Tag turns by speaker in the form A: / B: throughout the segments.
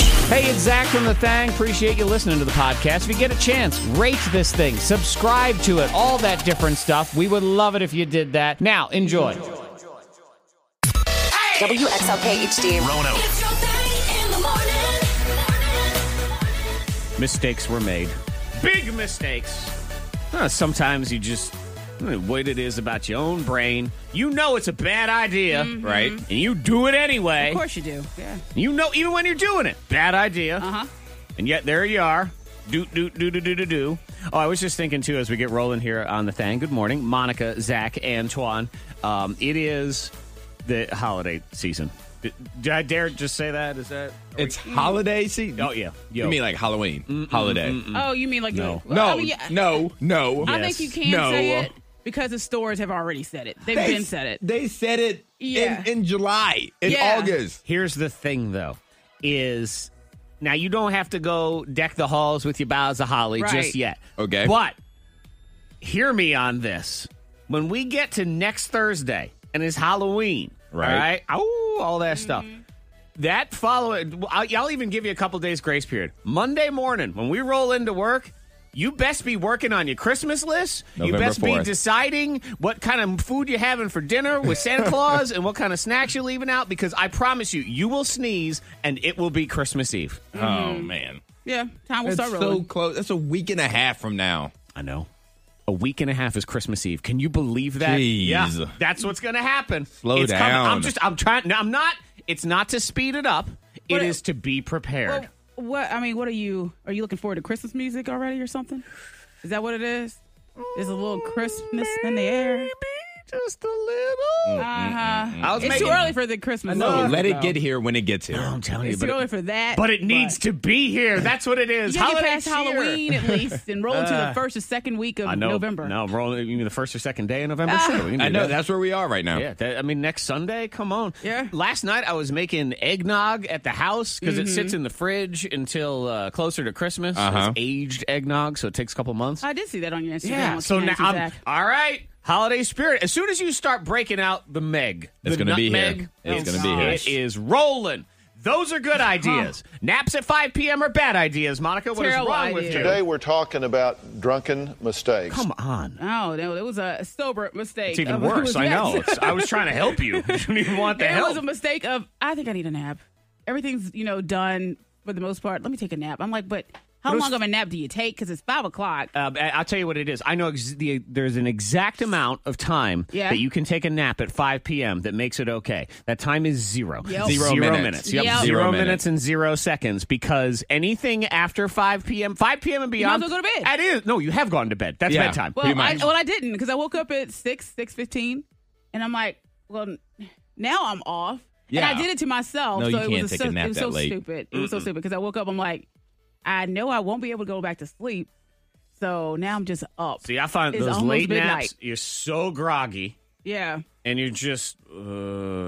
A: Hey, it's Zach from The Thang. Appreciate you listening to the podcast. If you get a chance, rate this thing, subscribe to it, all that different stuff. We would love it if you did that. Now, enjoy.
B: WXLK HD.
C: Rono.
D: It's your thing in the morning.
A: Mistakes were made. Big mistakes. Huh, sometimes you just. What it is about your own brain. You know it's a bad idea, right? And you do it anyway.
E: Of course you do. Yeah.
A: You know, even when you're doing it, bad idea. Uh huh. And yet there you are. Do do do do do do do. Oh, I was just thinking too as we get rolling here on the thing. Good morning, Monica, Zach, Antoine. Um, it is the holiday season. Did, did I dare just say that? Is that? are we-
C: It's holiday season.
A: oh yeah. Yo.
C: You mean like Halloween? holiday?
E: Oh, you mean like
A: No.
E: the-
C: No,
E: I mean, yeah,
C: no, no.
E: I
A: Yes.
E: think you can
C: No.
E: say it because the stores have already said it. They've been said it.
C: They said it
E: Yeah.
C: in, in July, in
E: Yeah.
C: August.
A: Here's the thing, though, is now you don't have to go deck the halls with your boughs of holly
E: Right.
A: just yet.
C: Okay.
A: But hear me on this. When we get to next Thursday and it's Halloween,
C: Right.
A: All right. Oh, all that stuff. That following, I'll, I'll even give you a couple days grace period. Monday morning, when we roll into work, you best be working on your Christmas list. you
C: November
A: best be
C: 4th.
A: deciding what kind of food you're having for dinner with Santa Claus and what kind of snacks you're leaving out because I promise you, you will sneeze and it will be Christmas Eve.
C: Oh man,
E: Yeah, time
C: that's
E: will Mm-hmm. start
C: so
E: rolling.
C: close. That's a week and a half from now.
A: I know. A week and a half is Christmas Eve. Can you believe that?
C: Jeez.
A: Yeah, that's what's going to happen.
C: Slow
A: it's Coming.
C: down.
A: I'm just. I'm trying. No, I'm not. It's not to speed it up. it
E: But-
A: is to be prepared.
E: Well, what I mean, what are you? Are you looking forward to Christmas music already or something? Is that what it is? There's a little Christmas in the air.
A: Maybe just a little.
E: Uh-huh.
A: I was
E: It's
A: mm, making-
E: too early for the Christmas.
C: No,
E: music,
C: let
E: though.
C: it get here when it gets here.
A: I'm telling you,
E: It's
A: but
E: too early
A: it,
E: for that.
A: but it needs to be here. That's what it is.
E: You gotta get
A: Holiday
E: past
A: cheer. Uh,
E: Halloween at least and roll into the first or second week of
A: I know.
E: November. Ah.
A: No, we're only, you mean the first or second day of November? sure, we can do
C: I know
A: that.
C: that's where we are right now.
A: Yeah, that, I mean next Sunday. Come on.
E: Yeah.
A: Last night I was making eggnog at the house because
E: Mm-hmm.
A: it sits in the fridge until uh, closer to Christmas.
C: Uh-huh.
A: It's aged eggnog, so it takes a couple months.
E: I did see that on your Instagram.
A: yeah.
E: with
A: So now
E: Nancy
A: I'm
E: Zach.
A: all right. Holiday spirit. As soon as you start breaking out the Meg,
C: It's
A: the
C: gonna be here.
A: nutmeg, oh,
C: It's gonna be here.
A: It is rolling. Those are good ideas. Naps at 5 p.m. are bad ideas, Monica. What is
E: Terrible
A: wrong with
E: idea.
A: you?
F: Today we're talking about drunken mistakes.
A: Come on.
E: Oh no, it was a sober mistake.
A: It's even
E: of-
A: worse.
E: was-
A: I know.
E: yes.
A: It's- I was trying to help you. You didn't even want the
E: It
A: help.
E: was a mistake of I think I need a nap. Everything's you know done for the most part. Let me take a nap. I'm like, but how long of a nap do you take? Because it's five o'clock.
A: Uh, I- I'll tell you what it is. I know ex- the, there's an exact amount of time
E: Yeah.
A: that you can take a nap at 5 p.m. that makes it okay. That time is zero.
E: Yep.
C: Zero minutes.
A: Yep.
E: Yep.
A: Zero,
C: Zero
A: minutes.
C: minutes.
A: and zero seconds because anything after 5 p.m., 5 p.m. and
E: might as
A: beyond.
E: well go to bed.
A: That is. No, you have gone to bed. That's
C: Yeah.
A: bedtime.
E: well, I,
C: much.
E: well, I didn't because I woke up at six six fifteen, and I'm like, well, now I'm off.
C: Yeah.
E: And I did it to myself.
C: No,
E: so
C: you
E: it
C: can't
E: was
C: take
E: so,
C: a nap
E: it was
C: that
E: so
C: late.
E: stupid. It was so stupid because I woke up. I'm like, I know I won't be able to go back to sleep. So now I'm just up.
A: See, I find
E: It's
A: those
E: almost
A: late
E: midnight.
A: naps, you're so groggy.
E: Yeah.
A: and you're just uh,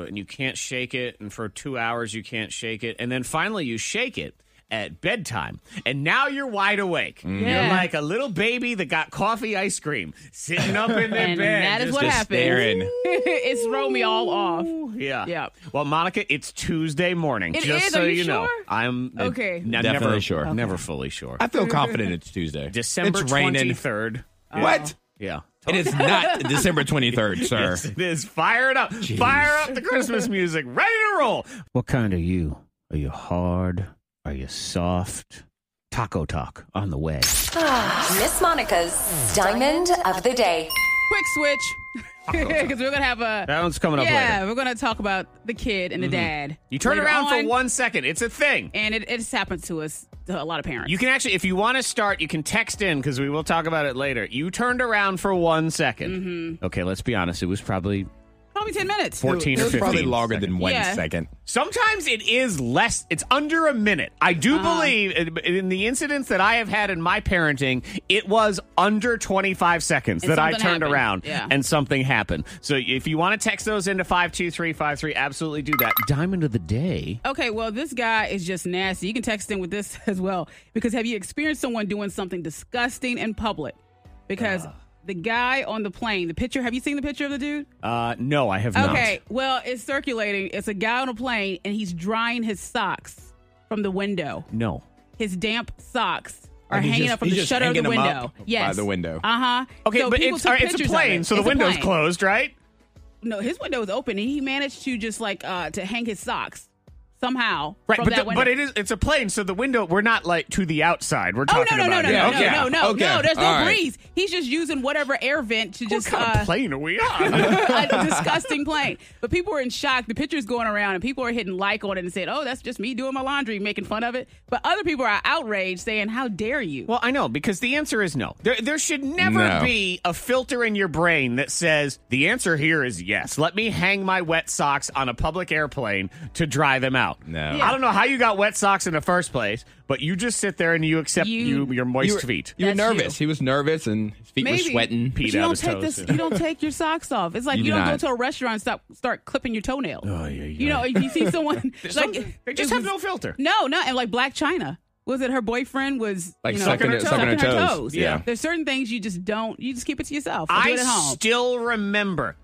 A: and you can't shake it and for two hours you can't shake it and then finally you shake it at bedtime and now you're wide awake you're
E: Mm. Yeah.
A: like a little baby that got coffee ice cream sitting up in their
E: And
A: bed
E: that is
A: just-
E: what
C: just
E: happened.
C: staring.
E: it's thrown me all off.
A: yeah.
E: Yeah.
A: Well, Monica, it's Tuesday morning.
E: It
A: just
E: is?
A: so
E: Are you
A: know,
E: sure?
A: I'm uh,
E: Okay.
A: n-
C: Definitely
A: never
C: sure. Okay.
A: Never fully sure.
C: I feel confident it's Tuesday.
A: December
C: it's raining.
A: 23rd.
E: Oh.
C: What?
A: Yeah.
C: It is not December 23rd, sir.
A: Yes, it is. Fire it up. Fire up the Christmas music. Ready to roll. What kind are you? Are you hard? Are you soft? Taco Talk on the way.
B: Ah, Miss Monica's Diamond of the Day.
E: quick switch because we're gonna have a
A: That one's coming up
E: yeah
A: later. Mm-hmm.
E: we're gonna talk about the kid and the dad
A: You turn
E: later
A: around
E: on,
A: for one second. It's a thing.
E: and it, it's happened to us to a lot of parents
A: You can actually, if you want to start, you can text in because we will talk about it later. You turned around for one Mm-hmm. Okay, let's be honest. It was probably
E: probably 10 minutes
A: 14
C: It
A: or
C: was
A: 15.
C: probably longer
A: seconds.
C: than one second.
E: Yeah.
A: Sometimes it is less. It's under a minute. I do
E: Uh-huh.
A: believe in- in the incidents that I have had in my parenting, it was under 25 seconds
E: And
A: that I
E: something
A: turned
E: happened.
A: around
E: Yeah.
A: and something happened. So if you want to text those into 52353, absolutely do that. Diamond of the day.
E: okay well this guy is just nasty you can text in with this as well because have you experienced someone doing something disgusting in public because
A: Ah.
E: the guy on the plane the picture have you seen the picture of the dude
A: Uh, no, I have
E: okay well it's circulating it's a guy on a plane and he's drying his socks from the window.
A: No.
E: His damp socks are
C: Like he's
E: hanging
C: just-
E: up from
C: he's
E: the
C: just
E: shutter of the
C: hanging 'em
E: window.
C: up by the window.
E: Uh huh.
A: Okay, but it's, all right, it's a plane, so the window's closed, right?
E: No, his window was open, and he managed to just like uh to hang his socks somehow.
A: Right,
E: from
A: but,
E: that
A: the,
E: window.
A: but it is it's a plane, so the window we're not like to the outside. We're
E: Oh
A: talking
E: no no no
A: about
E: no
A: it.
E: no
C: Okay.
E: no no
C: Okay.
E: no! There's no
C: All right.
E: breeze. He's just using whatever air vent to
A: What
E: just
A: kind
E: uh,
A: of plane are we on?
E: a disgusting plane. But people were in shock. The picture's going around, and people are hitting like on it and saying, "Oh, that's just me doing my laundry, making fun of it." But other people are outraged, saying, "How dare you?"
A: well, I know because the answer is no. There, there should never
C: No.
A: be a filter in your brain that says the answer here is yes. Let me hang my wet socks on a public airplane to dry them out.
C: No.
E: Yeah.
A: I don't know how you got wet socks in the first place, but you just sit there and you accept you,
E: You-
A: your moist feet.
C: You were
E: That's
C: nervous. He was nervous, and his feet were
E: Maybe.
C: sweating.
E: But
A: Pete
E: you
A: out
E: don't
A: his
E: take
A: toes,
E: this.
A: yeah.
E: You don't take your socks off. It's like
C: You
E: you,
C: do
E: don't
C: not. Oh,
E: go to a restaurant and stop start clipping your toenail.
A: yeah,
E: You know, if you see someone
A: Some-
E: like
A: they just
E: it
A: have
E: was-
A: no filter.
E: No, no, and like Black China. Was it her boyfriend was
C: Like
E: you know,
C: sucking
A: her-
E: sucking her
C: sucking her
E: toes?
C: toes. Yeah.
E: there's certain things you just don't. You just keep it to yourself. Or do
A: I
E: it at home.
A: still remember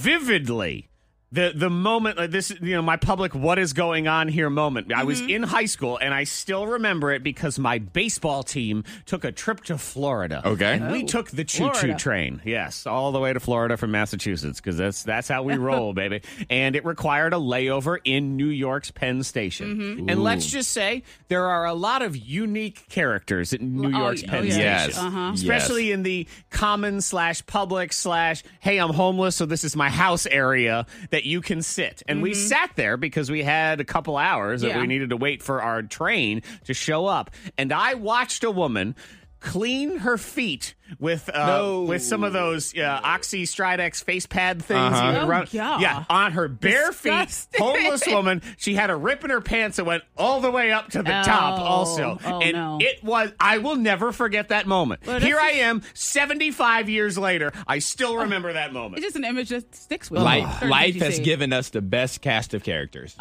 A: vividly the the moment like this you know my public what is going on here moment. I
E: Mm-hmm.
A: was in high school and I still remember it because my baseball team took a trip to Florida.
C: Okay.
A: And we
E: Oh,
A: took the choo-choo
E: Florida.
A: train. Yes, all the way to Florida from Massachusetts cuz that's that's how we roll, baby. And it required a layover in New York's Penn Station.
E: Mm-hmm.
A: And let's just say there are a lot of unique characters at New
E: Oh,
A: York's
E: oh,
A: Penn
E: yeah.
A: Station
C: Yes.
E: Uh-huh.
C: Yes.
A: especially in the common slash public slash hey i'm homeless so this is my house area that you can sit and we sat there because we had a couple hours that
E: Mm-hmm. Yeah.
A: we needed to wait for our train to show up and i watched a woman clean her feet with uh,
C: No.
A: with some of those uh, oxy stridex face pad things
C: Uh-huh.
A: you would
E: Oh,
A: run-
E: yeah.
A: on her bare feet
E: Disgusting.
A: homeless woman she had a rip in her pants that went all the way up to the top
E: Oh.
A: also
E: Oh,
A: and
E: no.
A: it was i will never forget that moment
E: Well, that's
A: here I
E: just-
A: am, 75 years later. I still remember that
E: It's
A: moment.
E: Oh. just an image that sticks with you.
C: Life,
E: Certain
C: life
E: things you
C: has
E: see.
C: given us the best cast of characters.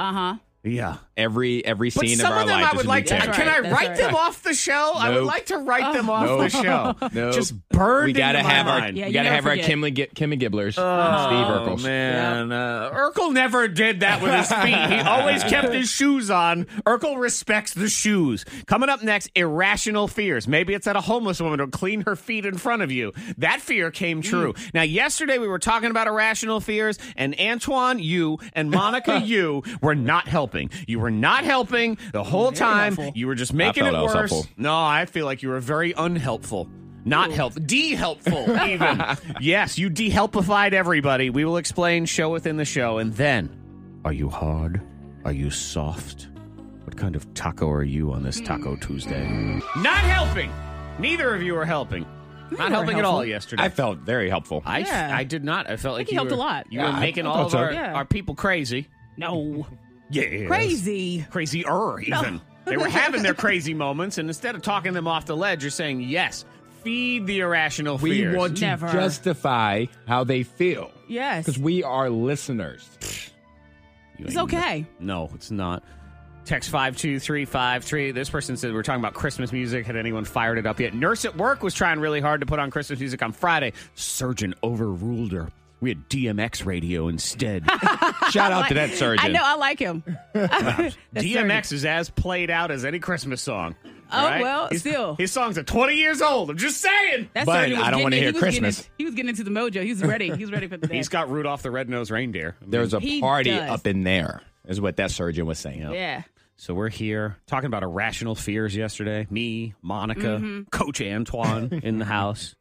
A: Yeah.
C: every every
A: But
C: scene
A: some
C: of our
A: of them
C: life
A: I
C: is
A: would
C: a
A: like
C: new
A: to.
E: That's
C: character.
A: Can I
E: right, Oh. that's
A: write them
E: right.
A: off the show? I would
C: Nope.
A: like to write them off
C: Nope.
A: the show.
C: Nope.
A: Just burned
C: we gotta
A: into my
C: have our
A: mind.
E: Yeah,
C: we
E: you
C: gotta
E: never
C: have our
E: forget.
C: Kim and Gi- Kim and Gibblers, Steve
A: Oh
C: Urkels.
A: man, uh, Urkel never did that with his feet. He always kept his shoes on. Urkel respects the shoes. Coming up next, irrational fears. Maybe it's that a homeless woman will clean her feet in front of you. That fear came true. Now, yesterday we were talking about irrational fears, and Antoine, you and Monica, you were not helping. You were not helping the whole time.
E: helpful.
A: You were just making it
C: felt I was
A: worse.
C: helpful.
A: No, I feel like you were very unhelpful. Not helpful. De-helpful, even. yes, you de-helpified everybody. We will explain show within the show. And then, are you hard? Are you soft? What kind of taco are you on this Taco Tuesday? Not helping. Neither of you are helping. Not helping at all yesterday.
C: I felt very helpful.
A: I,
E: Yeah.
A: I did not. I felt like
E: think you
A: you
E: helped
A: were-
E: a lot.
A: You
C: Yeah,
A: were
C: I-
A: making
C: I
A: all
C: thought
A: of
C: so.
A: our,
E: Yeah.
A: our people crazy.
E: No.
A: Yeah.
E: Crazy.
A: crazier even. they were having their crazy moments, and instead of talking them off the ledge, you're saying yes. Feed the irrational
C: we
A: fears.
C: want to
E: Never.
C: justify how they feel
E: Yes.
C: because we are listeners.
A: You
E: It's
A: ain't-
E: okay.
A: No, it's not. Text five two three five three. This person said we're talking about Christmas music. Had anyone fired it up yet? Nurse at work was trying really hard to put on Christmas music on Friday. Surgeon overruled her. We had DMX radio instead.
C: Shout out to that surgeon.
E: I know. I like him.
A: DMX is as played out as any Christmas song.
E: Oh,
A: right?
E: well,
A: His-
E: still.
A: His songs are 20 years old. I'm just saying.
E: That
C: But
E: surgeon was
C: I don't
E: getting
C: wanna
E: it.
C: hear
E: He was getting
C: Christmas.
E: it- he was getting into the mojo. He was ready. He was ready for the day.
A: He's got Rudolph the Red-Nosed Reindeer. I mean,
C: There was a
E: He
C: party
E: does.
C: up in there, is what that surgeon was saying.
E: yeah.
A: So we're here talking about irrational fears yesterday. Me, Monica, Coach Antoine in the house. Mm-hmm.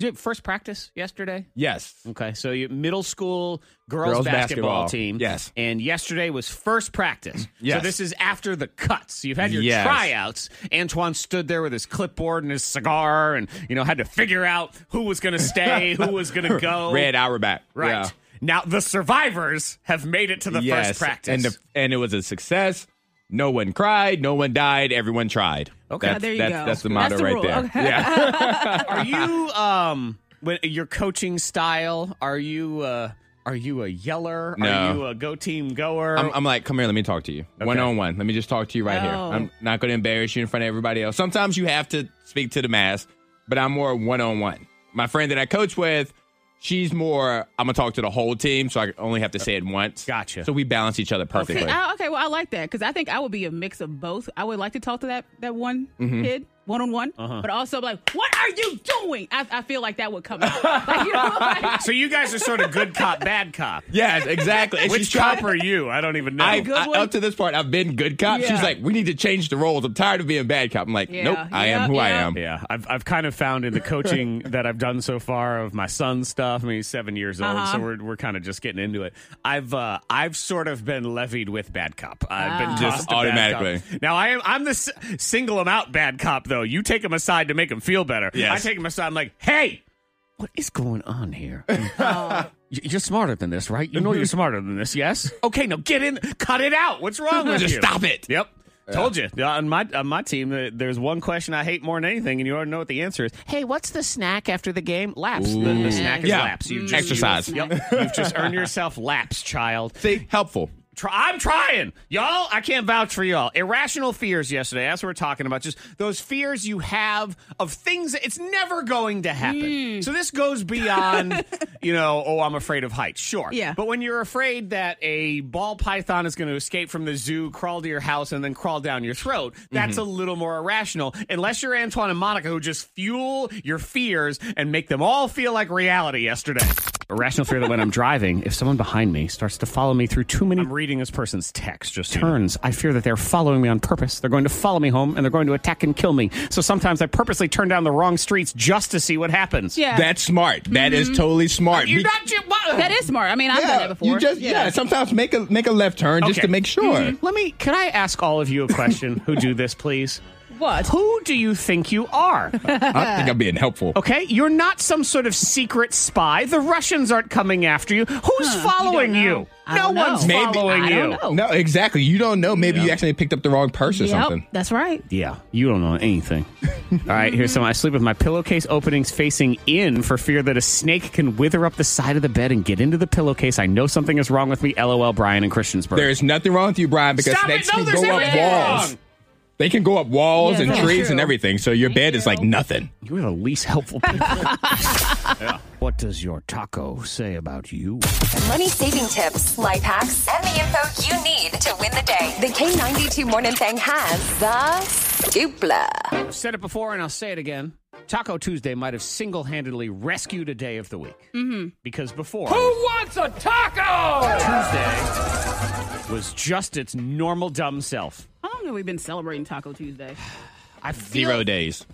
A: Did you have first practice yesterday?
C: Yes.
A: Okay, so you middle school girls,
C: Girls
A: basketball,
C: basketball,
A: team.
C: yes.
A: And yesterday was first practice.
C: Yes.
A: So this is after the cuts. You've had your
C: Yes.
A: tryouts. Antoine stood there with his clipboard and his cigar and, you know, had to figure out who was going to stay, who was going to go.
C: Red Auerbach.
A: Right.
C: Yeah.
A: Now, the survivors have made it to the
C: yes.
A: first practice.
C: And, the, and it was a success. No one cried. No one died. Everyone tried.
A: Okay.
C: That's,
E: Oh, There you
C: that's,
E: go.
C: That's the
E: That's
C: motto
E: the
C: right
E: rule.
C: there.
E: Okay.
C: Yeah.
A: Are you um when your coaching style? Are you uh are you a yeller? Are
C: No.
A: you a go team goer?
C: I'm, I'm like, come here. Let me talk to you. One on one. Let me just talk to you right here.
E: Oh.
C: I'm not going to embarrass you in front of everybody else. Sometimes you have to speak to the mass, but I'm more one on one. My friend that I coach with, She's more, I'm going to talk to the whole team, so I only have to say it once.
A: Gotcha.
C: So we balance each other perfectly.
E: Okay, I, okay, well, I like that because I think I would be a mix of both. I would like to talk to that that one
C: Mm-hmm.
E: kid one on one,
A: Uh-huh.
E: but also be like, what are you doing? I, I feel like that would come out. Like, you know, like-
A: So you guys are sort of good cop, bad cop.
C: Yes, exactly. And she's
A: Which
C: trying-
A: cop are you? I don't even know.
C: I,
E: good
C: I-
E: one?
C: up to this part, I've been good cop.
E: Yeah.
C: She's like, we need to change the roles. I'm tired of being bad cop. I'm like,
E: Yeah,
C: nope, I am
E: yeah,
C: who I
E: yeah.
C: am.
A: yeah, I've, I've kind of found in the coaching that I've done so far of my son's stuff. I mean, he's seven years old,
C: Uh-huh.
A: so we're, we're kind of just getting into it. I've uh, I've sort of been levied with bad cop. I've been tossed
E: Ah.
C: Just
A: to bad
C: automatically.
A: cop. Now I am I'm the s- single him out bad cop though. You take him aside to make him feel better.
C: Yes.
A: I take him aside. I'm like, hey, what is going on here? Y- You're smarter than this, right? You know you're smarter than this, yes? Mm-hmm. Okay, now get in, cut it out. What's wrong with
C: Just
A: you?
C: stop it.
A: Yep. Told you. Yeah, On my on my team, uh, there's one question I hate more than anything, and you already know what the answer is. Hey, what's the snack after the game? Laps. The, the snack is
C: Yeah.
A: laps. You've
C: Exercise.
A: Yep. You've just earned yourself laps, child.
C: See, helpful.
A: Try, I'm trying. Y'all, I can't vouch for y'all. Irrational fears yesterday. That's what we're talking about. Just those fears you have of things that it's never going to happen. So this goes beyond, you know, oh, I'm afraid of heights. Sure.
E: Yeah.
A: But when you're afraid that a ball python is going to escape from the zoo, crawl to your house, and then crawl down your throat, that's a little more irrational. Unless you're Antoine and Monica, who just fuel your fears and make them all feel like reality yesterday. Irrational fear that when I'm driving, if someone behind me starts to follow me through too many. I'm reading this person's text. Just turns. I fear that they're following me on purpose. They're going to follow me home and they're going to attack and kill me. So sometimes I purposely turn down the wrong streets just to see what happens.
E: yeah,
C: That's smart. That is totally smart.
A: You're
C: Be-
A: not. you- what-
E: that is smart. I mean, I've
C: yeah,
E: done that before.
C: You just yeah. Sometimes make a make a left turn just
A: Okay.
C: to make sure.
A: Let me. Can I ask all of you a question? who do this, please?
E: What?
A: Who do you think you are?
C: I think I'm being helpful.
A: Okay, you're not some sort of secret spy. The Russians aren't coming after you. Who's
E: Huh, you
A: following
E: don't
A: you?
E: know. I
A: No
E: don't know.
A: one's
E: Maybe-
A: following
E: I
A: you.
E: don't
C: No,
E: know.
C: exactly. You don't know. Maybe you actually picked up the wrong purse or something.
E: Yep, that's right.
A: Yeah, you don't know anything. All right, here's some. I sleep with my pillowcase openings facing in for fear that a snake can wither up the side of the bed and get into the pillowcase. I know something is wrong with me. LOL, Brian and Christiansburg.
C: There is nothing wrong with you, Brian, because
A: Stop
C: snakes
A: it! No,
C: can
A: there's
C: go up
A: everything
C: walls.
A: wrong.
C: They can go up walls
E: Yeah,
C: and
E: that's
C: trees and
E: true.
C: everything. So your bed is like
E: you.
C: nothing.
A: You're the least helpful people. Yeah. What does your taco say about you?
B: Money saving tips, life hacks, and the info you need to win the day. The K92 Morning Thing has the dupla.
A: I've said it before and I'll say it again. Taco Tuesday might have single handedly rescued a day of the week. Mm-hmm. Because before. Who wants a taco? Tuesday was just its normal dumb self.
E: How long have we been celebrating Taco Tuesday?
A: I feel
C: Zero days.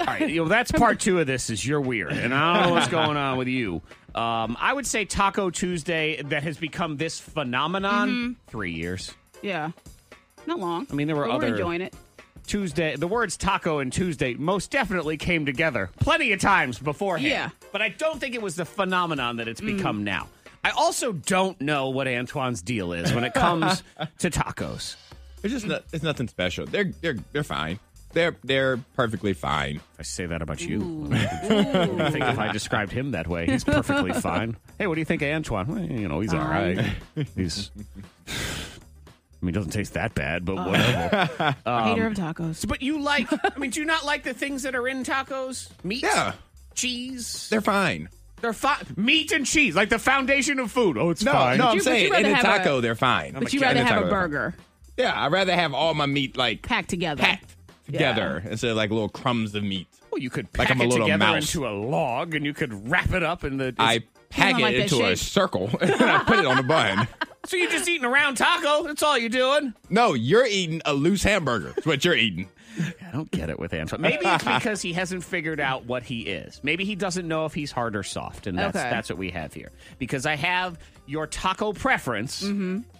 A: All right, you know, that's part two of this. Is you're weird, and I don't know what's going on with you. Um, I would say Taco Tuesday that has become this phenomenon. Three years.
E: Yeah, not long.
A: I mean, there were
E: but
A: other-
E: We're enjoying it.
A: Tuesday, the words taco and Tuesday most definitely came together plenty of times beforehand.
E: Yeah.
A: But I don't think it was the phenomenon that it's become now. I also don't know what Antoine's deal is when it comes to tacos.
C: It's just not, it's nothing special. They're they're they're fine. They're they're perfectly fine.
A: If I say that about you, what do you think if I described him that way? He's perfectly fine. Hey, what do you think of Antoine? Well, you know, he's all right. He's. I mean, doesn't taste that bad, but whatever.
E: Hater of
A: um,
E: tacos.
A: Uh. but you like, I mean, do you not like the things that are in tacos? Meat?
C: Yeah.
A: Cheese?
C: They're fine.
A: They're fi- meat and cheese, like the foundation of food. Oh, it's
C: No,
A: fine.
C: no, I'm
E: you- but you'd
C: saying in
E: rather
C: a
E: have
C: taco,
E: a-
C: they're fine.
E: But you
C: In
E: rather have
C: taco,
E: a
C: they're fine.
E: burger
C: Yeah, I'd rather have all my meat like
E: packed together.
C: packed together instead of like little crumbs of meat.
A: Well, you could
C: Like
A: pack
C: I'm a
A: it
C: little
A: together
C: mouse.
A: into a log, and you could wrap it up in the.
C: I pack
E: don't
C: it
E: like that
C: into a
E: shape.
C: circle and I put it on a bun.
A: so you're just eating a round taco. That's all you're doing.
C: No, you're eating a loose hamburger. That's what you're eating.
A: I don't get it with Antoine. Maybe it's because he hasn't figured out what he is. Maybe he doesn't know if he's hard or soft, and that's
E: Okay.
A: that's what we have here. Because I have your taco preference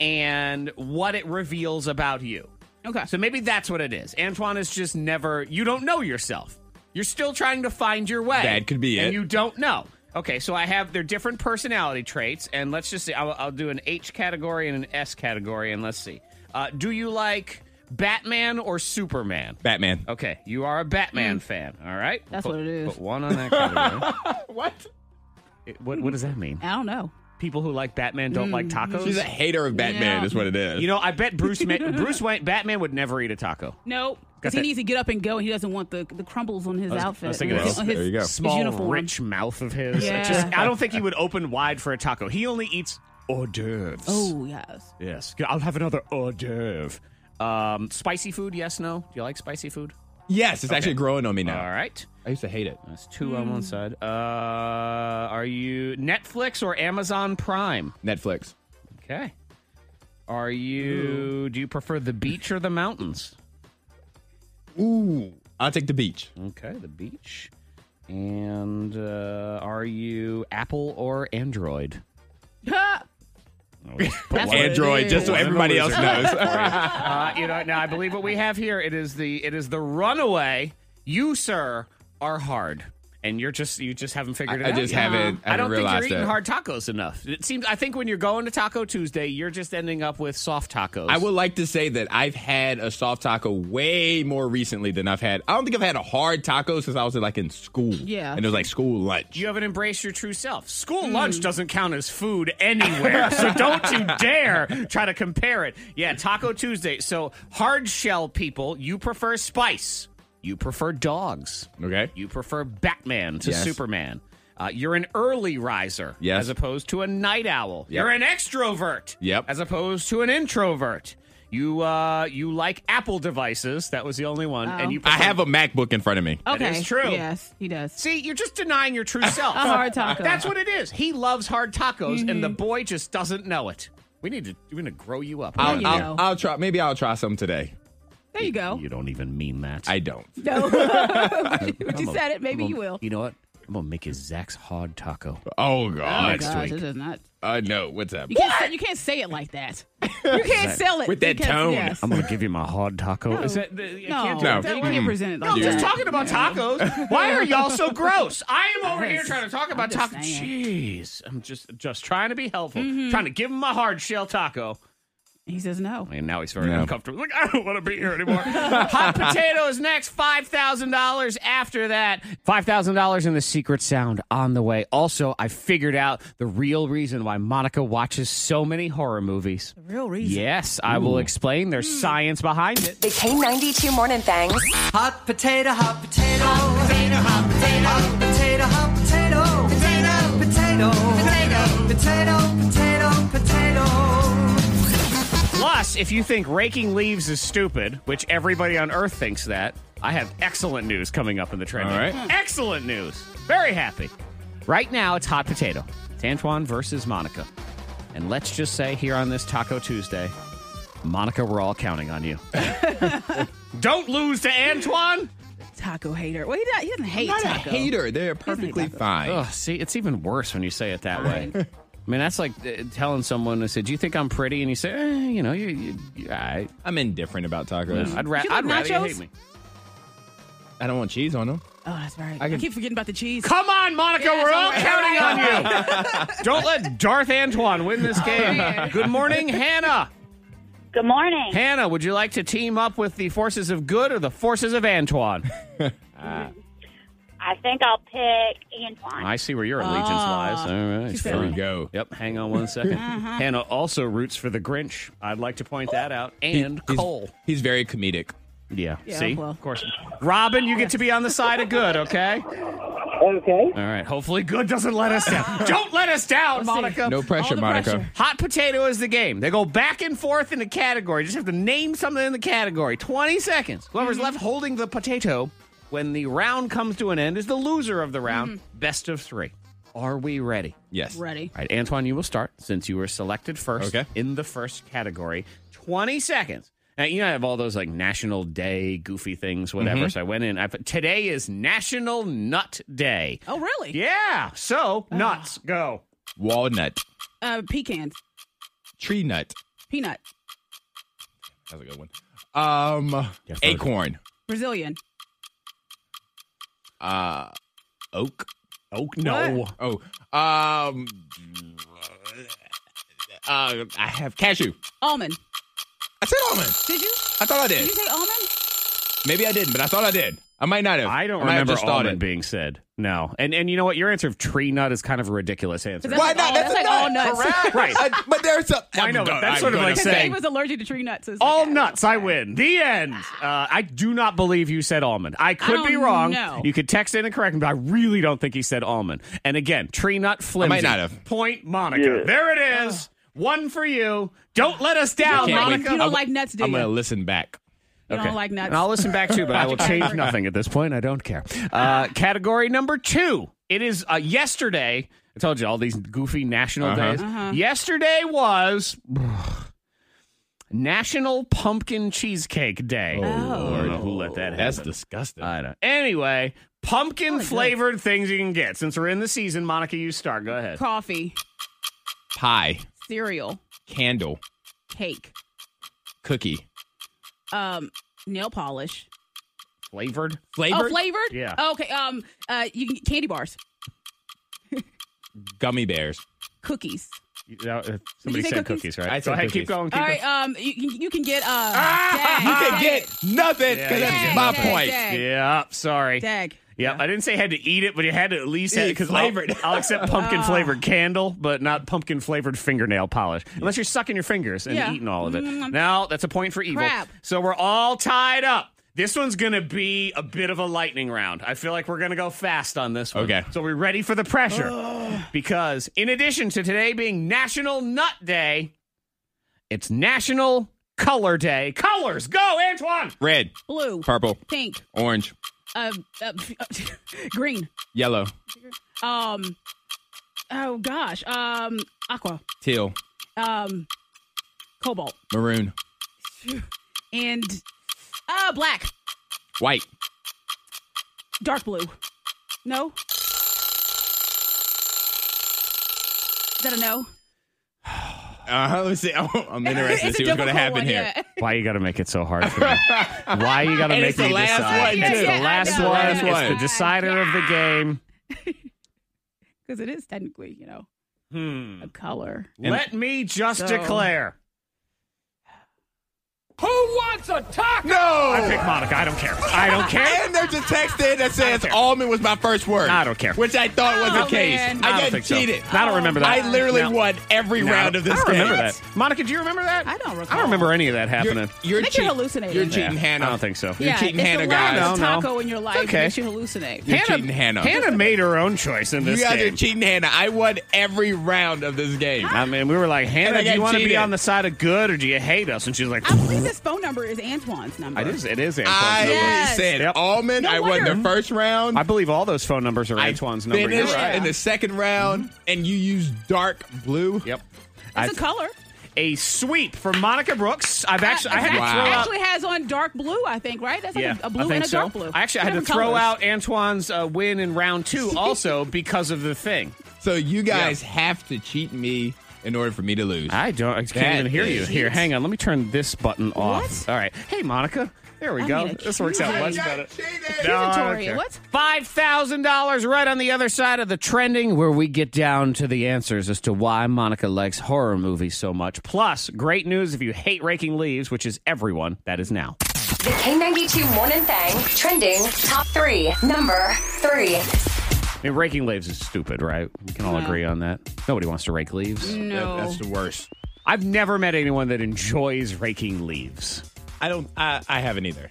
A: and what it reveals about you.
E: Okay.
A: So maybe that's what it is. Antoine is just never. You don't know yourself. You're still trying to find your way.
C: That could be
A: and
C: it.
A: you don't know. Okay, so I have their different personality traits, and let's just see. I'll, I'll do an H category and an S category, and let's see. Uh, do you like Batman or Superman?
C: Batman.
A: Okay, you are a Batman fan, all right?
E: Mm. That's
A: Put-
E: what it is.
A: Put one on that category.
C: What?
A: It- what, what does that mean?
E: I don't know.
A: people who like Batman don't
E: Mm.
A: like tacos.
C: She's a hater of Batman,
E: Yeah.
C: is what it is.
A: you know, I bet Bruce Ma- Bruce Wayne Batman would never eat a taco.
E: Nope. Because
A: that-
E: he needs to get up and go, and he doesn't want the, the crumbles on his
A: was- I
E: outfit.
A: was thinking
E: on his,
A: that.
E: on his-
C: There you go.
E: his
A: Small,
E: uniform.
A: rich mouth of his.
E: Yeah.
A: It Just, I don't think he would open wide for a taco. He only eats hors d'oeuvres.
E: Oh yes.
A: Yes. I'll have another hors d'oeuvre. Um, spicy food, yes, no? Do you like spicy food?
C: yes, it's actually growing on me now.
A: All right.
C: I used to hate it.
A: That's two on
E: Mm.
A: one side. Uh, are you Netflix or Amazon Prime?
C: Netflix.
A: Okay. Are you, do you prefer the beach or the mountains?
C: Ooh, I'll take the beach.
A: Okay, the beach. And uh, are you Apple or Android?
E: Ha!
A: That's
C: Android,
E: is.
C: just so
A: One of the
C: everybody else
A: losers.
C: knows.
A: Uh, you know, now I believe what we have here it is the it is the runaway. You sir are hard, and you're just you just haven't figured it
C: I
A: out.
C: just
A: yet.
C: haven't- I
A: I don't think you're
C: haven't realized
A: eating
C: it.
A: hard tacos enough. It seems. I think when you're going to Taco Tuesday, you're just ending up with soft tacos.
C: I would like to say that I've had a soft taco way more recently than I've had. I don't think I've had a hard taco since I was like in school.
E: Yeah.
C: and it was like school lunch.
A: You haven't embraced your true self. School lunch doesn't count as food anywhere, so don't you dare try to compare it. Yeah, Taco Tuesday. So hard shell people, you prefer spice. You prefer dogs.
C: Okay.
A: You prefer Batman to
C: Yes.
A: Superman. Uh, you're an early riser
C: Yes.
A: as opposed to a night owl.
C: Yep.
A: You're an extrovert
C: Yep.
A: as opposed to an introvert. You uh, you like Apple devices. That was the only one. And you
C: I
A: prefer-
C: have a MacBook in front of me.
E: Okay.
A: is true.
E: Yes, he does.
A: See, you're just denying your true self.
E: A hard taco. Mm-hmm.
A: That's what it is. He loves hard tacos, and the boy just doesn't know it. We need to. We're gonna grow you up.
C: I'll,
E: Oh, you
C: I'll-
E: go.
C: I'll try. Maybe I'll try some today.
E: There you go.
A: You don't even mean that.
C: I don't.
E: No. but
A: I'm
E: you
A: a-
E: said it. Maybe
A: I'm a-
E: you will.
A: You know what? I'm gonna make his Zach's hard taco.
C: Oh
E: Oh my
C: God.
E: gosh, this is not.
C: I know. What's up?
E: You can't, say, you can't say it like that. You can't sell it
C: With that
E: You can't-
C: tone.
E: Yes.
A: I'm gonna give you my hard taco. Is that? you
E: No,
A: can't do
C: No.
A: it that
E: you
A: way.
E: can't present it
A: No,
E: like
A: I'm
E: that.
A: just talking about tacos. Why are y'all so gross? I am over here
E: Yes.
A: trying to talk about
E: just
A: tacos.
E: saying. Mm-hmm.
A: Jeez, I'm just just trying to be helpful. Trying to give him a hard shell taco.
E: He says no.
A: And now he's very
C: Yeah.
A: uncomfortable. Like, I don't want to be here anymore. Hot potatoes next. $5,000 after that. $5,000 in the secret sound on the way. Also, I figured out the real reason why Monica watches so many horror movies.
E: Real reason. Hmm.
A: Yes, I will explain. There's science behind it.
B: The K92 Morning Thang.
D: Hot potato, hot potato, hot potato, hot potato, hot potato, potato, potato, potato, potato, potato.
A: Plus, if you think raking leaves is stupid, which everybody on earth thinks that, I have excellent news coming up in the trend.
C: All right.
A: Excellent news. Very happy. Right now, it's hot potato. It's Antoine versus Monica. And let's just say here on this Taco Tuesday, Monica, we're all counting on you. Don't lose to Antoine.
E: Taco hater. Well, he, not, he doesn't hate
C: I'm not
E: taco.
C: a hater. They're perfectly
E: taco.
C: fine.
A: Ugh, see, it's even worse when you say it that way. I mean, that's like uh, telling someone, I said, do you think I'm pretty? And you say, eh, you know, you, you, you all right.
C: I'm indifferent about tacos.
A: I'd, ra-
E: you like
A: I'd rather you
E: nachos?
A: hate me.
C: I don't want cheese on them.
E: Oh, that's right. I,
C: I can-
E: keep forgetting about the cheese.
A: Come on, Monica,
E: Yes,
A: we're all
E: all right.
A: counting on you. Oh, Don't let Darth Antoine win this game.
E: man.
A: Good morning, Hannah.
G: Good morning.
A: Hannah, would you like to team up with the forces of good or the forces of Antoine?
G: I think I'll pick Antoine.
A: I see where your allegiance lies. All right,
E: She said-
A: fine.
C: There we go.
A: Yep, hang on one second. Hannah also roots for the Grinch. I'd like to point that out. And
C: He's-
A: Cole.
C: He's very comedic.
A: Yeah,
E: Yeah,
A: see?
E: well.
A: Of course. Robin, you get to be on the side of good, okay? All
H: Okay.
A: right, hopefully good doesn't let us down. Don't let us down,
E: We'll see.
A: Monica.
C: No pressure,
E: the
C: Monica.
E: pressure.
A: Hot potato is the game. They go back and forth in the category. Just have to name something in the category. 20 seconds. Whoever's left holding the potato when the round comes to an end is the loser of the round. Best of three. Are we ready?
C: Yes.
E: Ready.
A: All right, Antoine, you will start since you were selected first
C: Okay.
A: in the first category. 20 seconds. Now, you know, I have all those like National Day goofy things, whatever. So I went in. I put, today is National Nut Day.
E: Oh, really?
A: Yeah. So, nuts, go.
C: Walnut.
E: Uh, pecans.
C: Tree nut.
E: Peanut.
C: That's a good one. Um,
A: first.
C: acorn.
E: Brazilian.
C: Uh, oak.
A: Oak,
E: no.
C: Oh, um, uh, I have cashew.
E: Almond.
C: I said almond.
E: Did you?
C: I thought I
E: Did you
C: did.
E: say almond?
C: Maybe I didn't, but I thought I did. I might not have.
A: I don't
C: might have
A: remember
C: just thought
A: almond
C: it.
A: being said. No, and and you know what? Your answer of tree nut is kind of a ridiculous answer.
E: That's
C: Why
E: like
C: not?
E: all-
C: That's,
E: that's
C: a
E: like
C: nut.
E: all nuts.
C: Correct.
A: Right.
C: I- but there's a.
A: I know, but
C: I'm
A: that's
C: I'm
A: sort of
C: gonna
A: like
C: say- Oh,
A: saying-
E: Dave was allergic to tree nuts. so it's
A: All
E: like-
A: nuts, I win. The end. Uh, I do not believe you said almond. I could
E: don't
A: be wrong.
E: know.
A: You could text in and correct me, but I really don't think he said almond. And again, tree nut flimsy.
C: might not have.
A: Point Monica. There it is. One for you. Don't let us
E: You
A: down,
E: don't like-
A: Monica.
E: you don't like nuts, do
C: I'm
E: you?
C: gonna listen back.
E: You don't like nuts.
A: And I'll listen back too, but I will change nothing at this point. I don't care. Uh, category number two. It is uh, yesterday. I told you all these goofy national
C: Uh-huh.
A: days. Yesterday was National Pumpkin Cheesecake Day. Oh, I don't know who let that happen.
C: Oh, That's disgusting. Uh,
A: I don't. Anyway, pumpkin flavored things you can get. Since we're in the season, Monica, you start. Go ahead.
E: Coffee,
C: Pie,
E: cereal,
C: candle,
E: cake,
C: cookie,
E: um, nail polish.
A: Flavored.
C: flavored
E: Oh, flavored?
A: Yeah.
E: okay. Um, uh, you can get candy bars,
C: gummy bears.
E: cookies.
A: You- uh, Somebody
E: say
A: said
E: cookies?
A: cookies, right?
C: I
A: Go
C: said
A: ahead. Keep
C: cookies.
A: going. Keep
E: All
A: going.
E: right. Um, you can you can get uh,
C: Ah! You
E: dag,
C: can get nothing because
A: Yeah,
C: that's
A: yeah,
C: my
E: yeah.
C: point.
E: Yeah.
A: Yeah. Sorry.
E: dag.
A: Yeah, I didn't say had to eat it, but you had to at least have
C: Eat
A: because
C: flavored.
A: I'll, I'll accept pumpkin flavored candle, but not pumpkin flavored fingernail polish. Unless you're sucking your fingers and
E: Yeah.
A: eating all of it.
E: Mm.
A: Now that's a point for evil.
E: Crap.
A: So we're all tied up. This one's gonna be a bit of a lightning round. I feel like we're gonna go fast on this one.
C: Okay.
A: So we're ready for the pressure because in addition to today being National Nut Day, it's National Color Day. Colors, go, Antoine.
C: Red,
E: Blue,
C: purple,
E: pink,
C: orange,
E: uh, uh, green.
C: yellow,
E: Um, oh gosh. Um, aqua.
C: teal,
E: Um, cobalt
C: maroon,
E: and uh, black,
C: white,
E: dark blue. No. Is that a no?
C: Uh, let's see. Oh, I'm interested to
E: It's
C: see
E: a
C: what's going to
E: difficult
C: happen
E: one,
C: here.
E: yeah.
A: Why you gotta make it so hard for me? Why you gotta
C: And
A: make
C: it's the
A: me
C: last
A: decide?
C: one,
A: it's
C: too.
A: the last
E: It's
C: the
A: one.
C: last
A: it's
C: one.
A: the decider of the game.
E: Because it is technically, you know, a color.
A: Let me just
E: So-
A: declare.
C: Who wants a taco? No.
A: I pick Monica. I don't care. I don't care.
C: and there's a text in that says
A: care.
C: almond was my first word.
A: I don't care.
C: Which I thought was
E: Oh,
C: the case.
E: man.
A: I don't
C: I got
A: think so.
C: cheated.
A: I don't remember that.
C: I literally
A: No.
C: won every
A: No,
C: round of this
A: I don't
C: game.
A: remember that. Monica, do you remember that?
E: I don't
A: I
E: recall.
A: don't remember any of that happening.
C: You're, you're
E: I think
C: cheating.
E: you're hallucinating.
C: You're cheating
A: Yeah,
C: Hannah.
A: I don't think so.
C: You're
E: yeah,
C: cheating
E: it's
C: Hannah,
E: the lack
C: guys.
E: of
A: No, no.
E: taco in your life
A: okay.
E: makes you hallucinate.
C: You're cheating Hannah.
A: Hannah made her own choice in
C: You
A: this
C: guys
A: game.
C: are cheating Hannah. I won every round of this game.
A: I mean, we were like, Hannah,
C: I
A: do you
C: got
A: want to be
C: cheated.
A: on the side of good or do you hate us? And she's like,
E: I believe this phone number is Antoine's number.
A: it is. It is Antoine's
C: I
A: number.
E: Yes.
C: said
A: Yep.
C: almond.
E: No
C: I won
E: wonder.
C: the first round.
A: I believe all those phone numbers are
C: I
A: Antoine's number. You're
C: finished
A: right.
C: in the second round, and you used dark blue.
A: Yep.
E: It's a color.
A: a sweep from Monica Brooks. I've actually I had
C: Wow.
A: to throw out.
E: Uh, actually has on dark blue, I think, right? That's like
A: Yeah,
E: a, a
A: I
E: blue
A: think
E: and a
A: so.
E: dark blue.
A: I actually had to
E: Different
A: throw
E: colors.
A: out Antoine's uh, win in round two, also because of the thing.
C: So you guys have to cheat me in order for me to lose.
A: I don't. I can't
C: That
A: even hear you.
C: is-
A: Here, hang on. Let me turn this button off.
E: What?
A: All right. Hey, Monica. There we
E: I
A: go.
E: mean, a
A: This works out
E: cheater.
A: much
E: I
A: better.
C: cheated.
A: No, I don't
E: Victoria,
A: care.
E: what?
A: Five thousand dollars right on the other side of the trending, where we get down to the answers as to why Monica likes horror movies so much. Plus, great news if you hate raking leaves, which is everyone. That is now.
B: The K92 Morning Thang trending top three. Number three.
A: I mean, raking leaves is stupid, right? We can all agree on that. Nobody wants to rake leaves.
E: No.
C: That- that's the worst.
A: I've never met anyone that enjoys raking leaves.
C: I don't. I, I haven't either.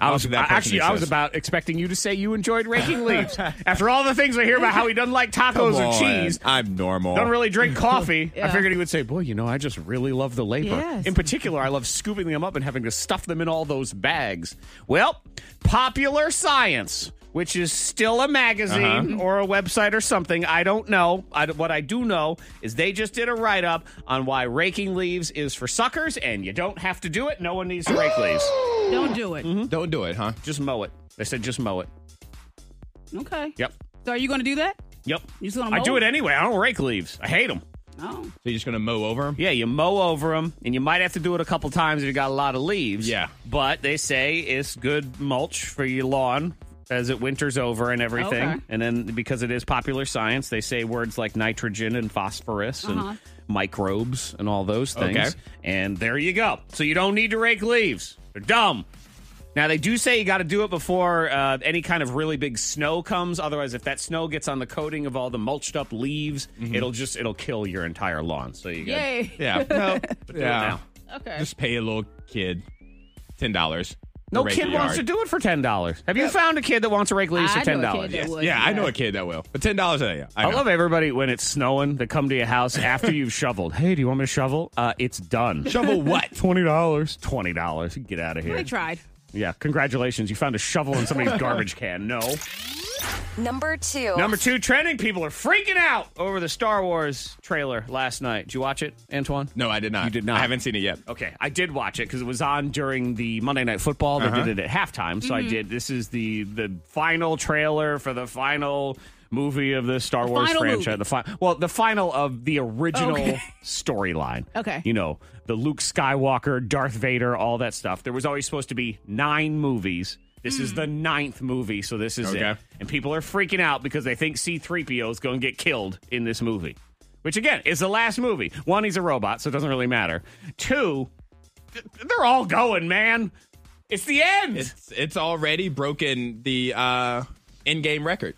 A: I was
C: think that person
A: actually I was
C: exists.
A: about expecting you to say you enjoyed raking leaves. After all the things I hear about how he doesn't like tacos or cheese,
C: I'm normal.
A: don't really drink coffee, I
E: Yeah.
A: figured he would say, "Boy, you know, I just really love the labor.
E: Yes.
A: In particular, I love scooping them up and having to stuff them in all those bags." Well, Popular Science, which is still a magazine
E: Uh-huh.
A: or a website or something, I don't know. I, what I do know is they just did a write up on why raking leaves is for suckers, and you don't have to do it. No one needs to rake leaves.
E: Don't do it.
A: Mm-hmm.
C: Don't do it, huh?
A: Just mow it. They said just mow it.
E: Okay.
A: Yep.
E: So are you going to do that?
A: Yep.
E: You just gonna
A: I
E: mow
A: do it
E: it?
A: anyway. I don't rake leaves. I hate them.
E: No.
C: So you're just gonna mow over him?
A: Yeah, you mow over them, and you might have to do it a couple times if you got a lot of leaves.
C: Yeah.
A: But they say it's good mulch for your lawn as it winters over and everything.
E: Okay.
A: And then because it is popular science, they say words like nitrogen and phosphorus
E: Uh-huh.
A: and microbes and all those things.
C: Okay.
A: And there you go. So you don't need to rake leaves. They're dumb. Now they do say you got to do it before uh, any kind of really big snow comes. Otherwise, if that snow gets on the coating of all the mulched up leaves,
C: Mm-hmm.
A: it'll just it'll kill your entire lawn. So you got
E: Yay.
C: Yeah. No. yeah.
A: now.
E: Okay.
C: Just pay a little kid ten dollars.
A: no kid wants to do it for ten dollars. Have you found a kid that wants to rake leaves
E: I
A: for ten
E: know a kid
A: dollars?
E: that
C: Yes.
E: would,
C: yeah, I know
E: yeah.
C: a kid that will. But ten dollars a day.
A: I love everybody when it's snowing. They come to your house after you've shoveled. Hey, do you want me to shovel? Uh, it's done.
C: Shovel what?
A: Twenty dollars. Twenty dollars. Get out of
E: I
A: here.
E: tried.
A: Yeah. Congratulations. You found a shovel in somebody's garbage can. No.
B: Number two.
A: Number two, trending people are freaking out over the Star Wars trailer last night. Did you watch it, Antoine?
C: No, I did not.
A: You did not.
C: I haven't seen it yet.
A: Okay, I did watch it because it was on during the Monday Night Football. They did it at halftime, so I
E: Mm-hmm.
A: did. This is the the final trailer for the final movie of the Star Wars
E: final
A: franchise.
E: movie.
A: The fi- well, the final of the original
E: Okay.
A: storyline.
E: Okay.
A: you know the Luke Skywalker, Darth Vader, all that stuff. There was always supposed to be nine movies. This
E: Hmm.
A: is the ninth movie, so this is
C: Okay.
A: it. And people are freaking out because they think C3PO is going to get killed in this movie, which again is the last movie. One, he's a robot, so it doesn't really matter. Two, th- they're all going, man. It's the end.
C: It's it's already broken the uh in-game record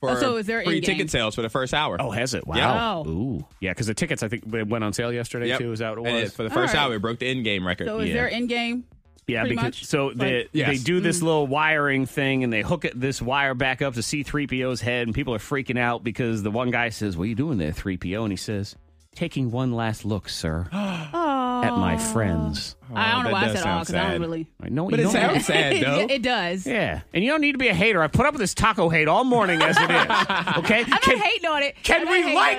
C: for
E: Oh, so is there
C: free
E: in-game?
C: ticket sales for the first hour.
A: oh, has it? Wow.
C: Yeah.
E: Oh.
A: Ooh. Yeah, because the tickets, I think, they went on sale yesterday,
C: Yep.
A: too. Is that what
C: And
A: it
C: it-
A: was?
C: for the
E: All
C: first
E: right.
C: hour, it broke the in-game record.
E: So is
A: Yeah.
E: there in game?
A: Yeah,
E: Pretty
A: because
E: much.
A: so the,
E: Like- Mm.
A: they
C: Yes.
A: do this little wiring thing and they hook it, this wire back up to C3PO's head, and people are freaking out because the one guy says, What are you doing there, 3PO? And he says, Taking one last look, sir, at my friends.
E: I don't know
C: that
E: why I
C: does
E: said all
C: sound
E: because I
C: sad.
E: don't really.
A: I know
C: But
A: you
C: it
A: don't-
C: sounds sad though.
E: it does.
A: Yeah, and you don't need to be a hater. I put up with this taco hate all morning as it is. Okay,
E: I'm not hating on it.
A: Can
E: I'm not
A: we
E: hating on
A: like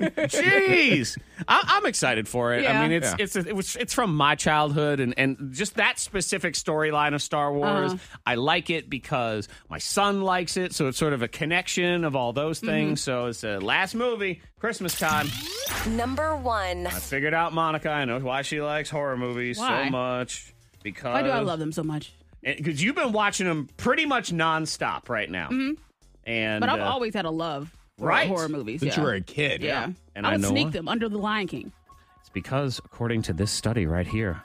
A: something? Jeez, I, I'm excited for it. I
E: Yeah.
A: mean, it's
C: Yeah.
A: it's it was, it's from my childhood, and and just that specific storyline of Star
E: Uh-huh.
A: Wars, I like it because my son likes it, so it's sort of a connection of all
E: Mm-hmm.
A: those things. So it's the last movie, Christmas time.
B: Number one.
A: I figured out Monica. I know why she likes horror movies
E: Why?
A: so much. Because
E: Why do I love them so much?
A: Because you've been watching them pretty much nonstop right now, and
E: Mm-hmm. But I've
A: uh,
E: always had a love for
A: right.
E: horror movies.
C: Since
E: yeah.
C: you were a kid.
E: yeah.
A: And
E: I
A: I
E: would
A: know
E: sneak
A: why.
E: them under the Lion King.
A: It's because, according to this study right here,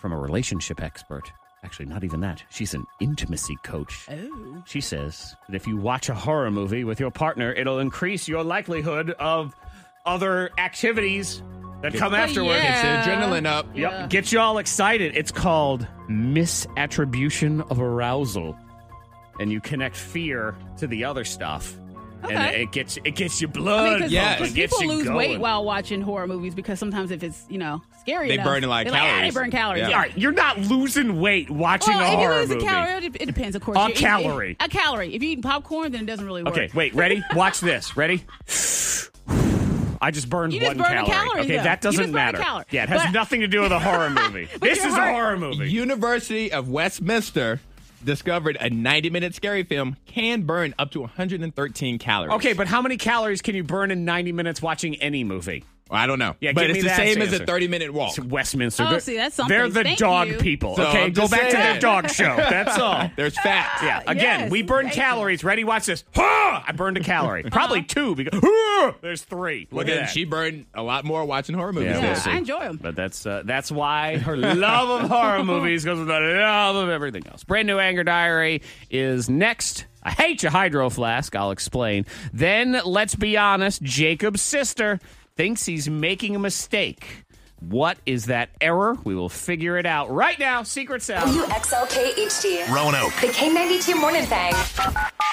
A: from a relationship expert, actually, not even that, she's an intimacy coach.
E: Oh.
A: She says that if you watch a horror movie with your partner, it'll increase your likelihood of other activities that come afterward.
E: yeah.
C: It's the adrenaline up.
A: Yep, get you all excited. It's called misattribution of arousal, and you connect fear to the other stuff, and
E: Okay.
A: it gets it gets your
E: I
A: blood.
E: mean, because
C: yes.
A: It gets
E: people
A: you
E: lose
A: going.
E: weight while watching horror movies because sometimes if it's you know scary,
C: They
E: enough,
C: burn a lot of
E: they're like, "Ah,
C: calories."
E: they burn calories.
C: Yeah.
A: All right, you're not losing weight watching
E: Well,
A: a
E: if you
A: horror
E: lose
A: movie.
E: a calorie, it, it depends, of course.
A: On
E: You're eating-
A: calorie.
E: a calorie. If you eat popcorn, then it doesn't really work.
A: Okay, wait, ready? Watch this. Ready? I just burned
E: You
A: one
E: just burned a
A: calorie.
E: calorie,
A: okay, that
E: though. You just
A: doesn't
E: burned a
A: matter.
E: calorie.
A: Yeah, it has
E: But-
A: nothing to do with a horror movie. this
E: your
A: is a
E: heart-
A: horror movie.
C: University of Westminster discovered a 90 minute scary film can burn up to 113 calories.
A: okay, but how many calories can you burn in 90 minutes watching any movie?
C: Well, I don't know.
A: Yeah,
C: but
A: give
C: it's
A: me
C: the
A: that
C: same as
A: answer.
C: a 30 minute walk.
A: It's Westminster.
E: Oh,
A: They're-
E: see, that's something.
A: They're the
E: Thank
A: dog
E: you.
A: people.
C: So,
A: okay,
C: I'm
A: go
C: just
A: back to the
C: saying.
A: dog show. That's all.
C: There's fat.
A: Yeah, again,
E: yes,
A: we burn
E: thank you. Uh-huh.
A: calories. Ready? Watch this. Huh! I burned a calorie. Probably two because Huh! there's three.
C: Well,
A: Look at
C: then
A: that.
C: she burned a lot more watching horror movies.
A: Yeah,
E: Yeah,
A: we'll
C: then.
A: see.
E: I enjoy them.
A: But that's uh, that's why her love of horror movies goes with the love of everything else. Brand new Anger Diary is next. I hate your hydro flask. I'll explain. Then let's be honest. Jacob's sister thinks he's making a mistake. What is that error? We will figure it out right now. Secret sound.
B: WXLKHD.
H: Roanoke.
B: The K92 Morning Thing.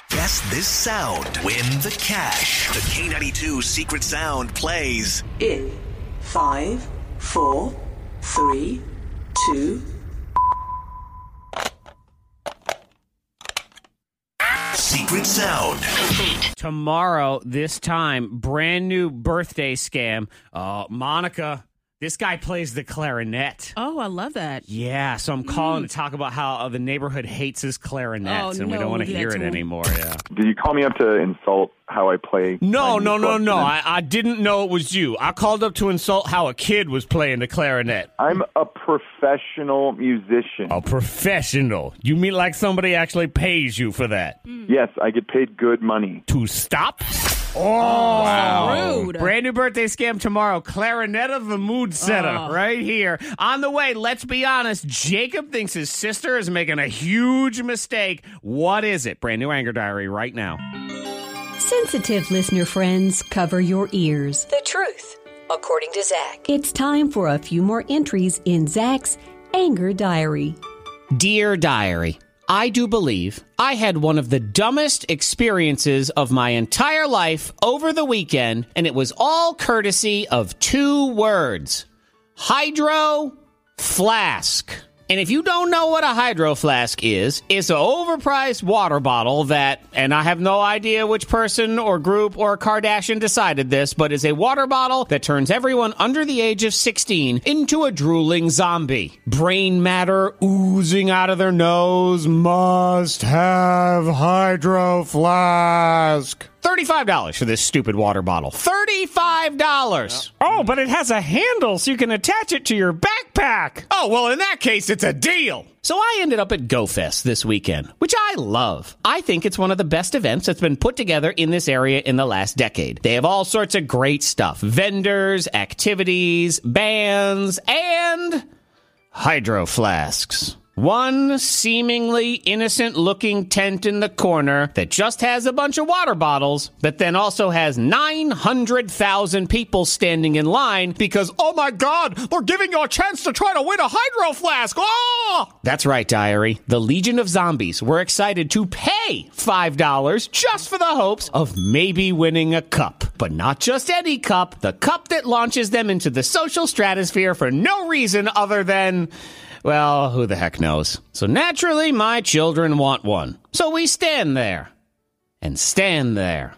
H: Guess this sound. Win the cash. The K92 Secret Sound plays.
I: in five, four, three, two.
H: Secret Sound.
A: Tomorrow, this time, brand new birthday scam. Uh, Monica, this guy plays the clarinet.
E: Oh, I love that.
A: Yeah, so I'm calling to talk about how uh, the neighborhood hates his clarinet,
E: Mm. Oh,
A: and we
E: no,
A: don't want to
E: we'll do that
A: hear
E: to
A: it
E: him.
A: anymore. Yeah.
J: Did you call me up to insult how I play? my
A: No, no, no,
J: musical
A: no.
J: instrument?
A: I, I didn't know it was you. I called up to insult how a kid was playing the clarinet.
J: I'm a professional musician.
A: A professional. You mean like somebody actually pays you for that?
J: Yes, I get paid good money.
A: To stop? Oh,
E: rude.
A: Brand new birthday scam tomorrow. Clarinetta the mood setter
E: Oh.
A: right here. On the way, let's be honest. Jacob thinks his sister is making a huge mistake. What is it? Brand new anger diary right now.
K: Sensitive listener friends, cover your ears.
L: The truth, according to Zach.
K: It's time for a few more entries in Zach's Anger Diary.
A: Dear Diary, I do believe I had one of the dumbest experiences of my entire life over the weekend, and it was all courtesy of two words hydro flask. And if you don't know what a hydro flask is, it's an overpriced water bottle that, and I have no idea which person or group or Kardashian decided this, but is a water bottle that turns everyone under the age of 16 into a drooling zombie. Brain matter oozing out of their nose must have hydro flask. $35 for this stupid water bottle. $35. Oh, but it has a handle so you can attach it to your backpack. Oh, well, in that case, it's a deal. So I ended up at GoFest this weekend, which I love. I think it's one of the best events that's been put together in this area in the last decade. They have all sorts of great stuff vendors, activities, bands, and hydro flasks. One seemingly innocent looking tent in the corner that just has a bunch of water bottles, but then also has 900,000 people standing in line because, oh my god, they're giving you a chance to try to win a hydro flask! Oh! That's right, Diary. The Legion of Zombies were excited to pay $5 just for the hopes of maybe winning a cup. But not just any cup, the cup that launches them into the social stratosphere for no reason other than. Well, who the heck knows? So naturally, my children want one. So we stand there and stand there.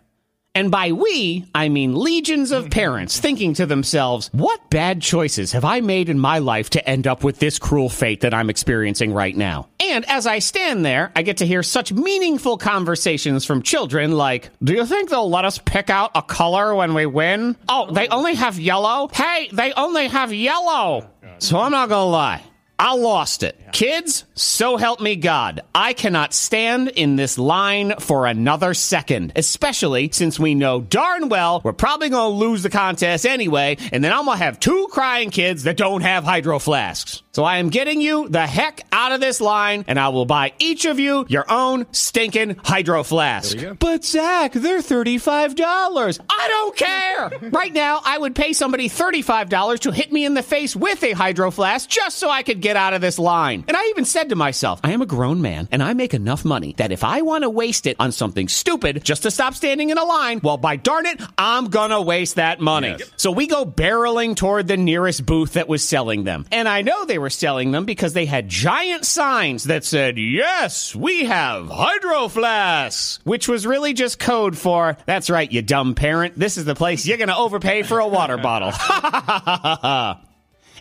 A: And by we, I mean legions of parents thinking to themselves, what bad choices have I made in my life to end up with this cruel fate that I'm experiencing right now? And as I stand there, I get to hear such meaningful conversations from children like, Do you think they'll let us pick out a color when we win? Oh, they only have yellow? Hey, they only have yellow! So I'm not gonna lie. I lost it. Kids, so help me God. I cannot stand in this line for another second, especially since we know darn well we're probably going to lose the contest anyway, and then I'm going to have two crying kids that don't have hydro flasks. So I am getting you the heck out of this line, and I will buy each of you your own stinking hydro flask. But Zach, they're $35. I don't care. right now, I would pay somebody $35 to hit me in the face with a hydro flask just so I could get out of this line. And I even said to myself, I am a grown man and I make enough money that if I want to waste it on something stupid just to stop standing in a line, well, by darn it, I'm gonna waste that money. So we go barreling toward the nearest booth that was selling them. And I know they were selling them because they had giant signs that said, Yes, we have hydro flasks, which was really just code for, That's right, you dumb parent. This is the place you're gonna overpay for a water bottle.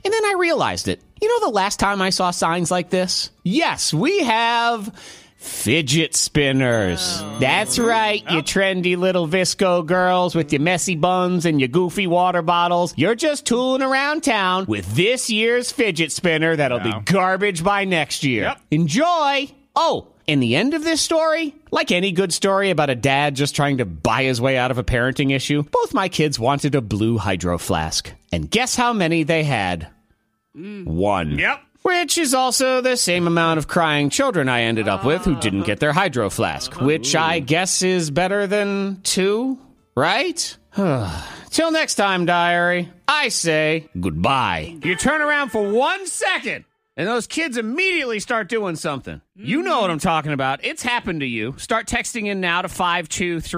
A: And then I realized it. You know the last time I saw signs like this? Yes, we have fidget spinners. That's right, you trendy little Visco girls with your messy buns and your goofy water bottles. You're just tooling around town with this year's fidget spinner that'll be garbage by next year. Enjoy. Oh, and the end of this story, like any good story about a dad just trying to buy his way out of a parenting issue, both my kids wanted a blue hydro flask. And guess how many they had? One. Yep. Which is also the same amount of crying children I ended up with who didn't get their hydro flask, which I guess is better than two, right? Till next time, diary, I say goodbye. You turn around for one second, and those kids immediately start doing something. You know what I'm talking about. It's happened to you. Start texting in now to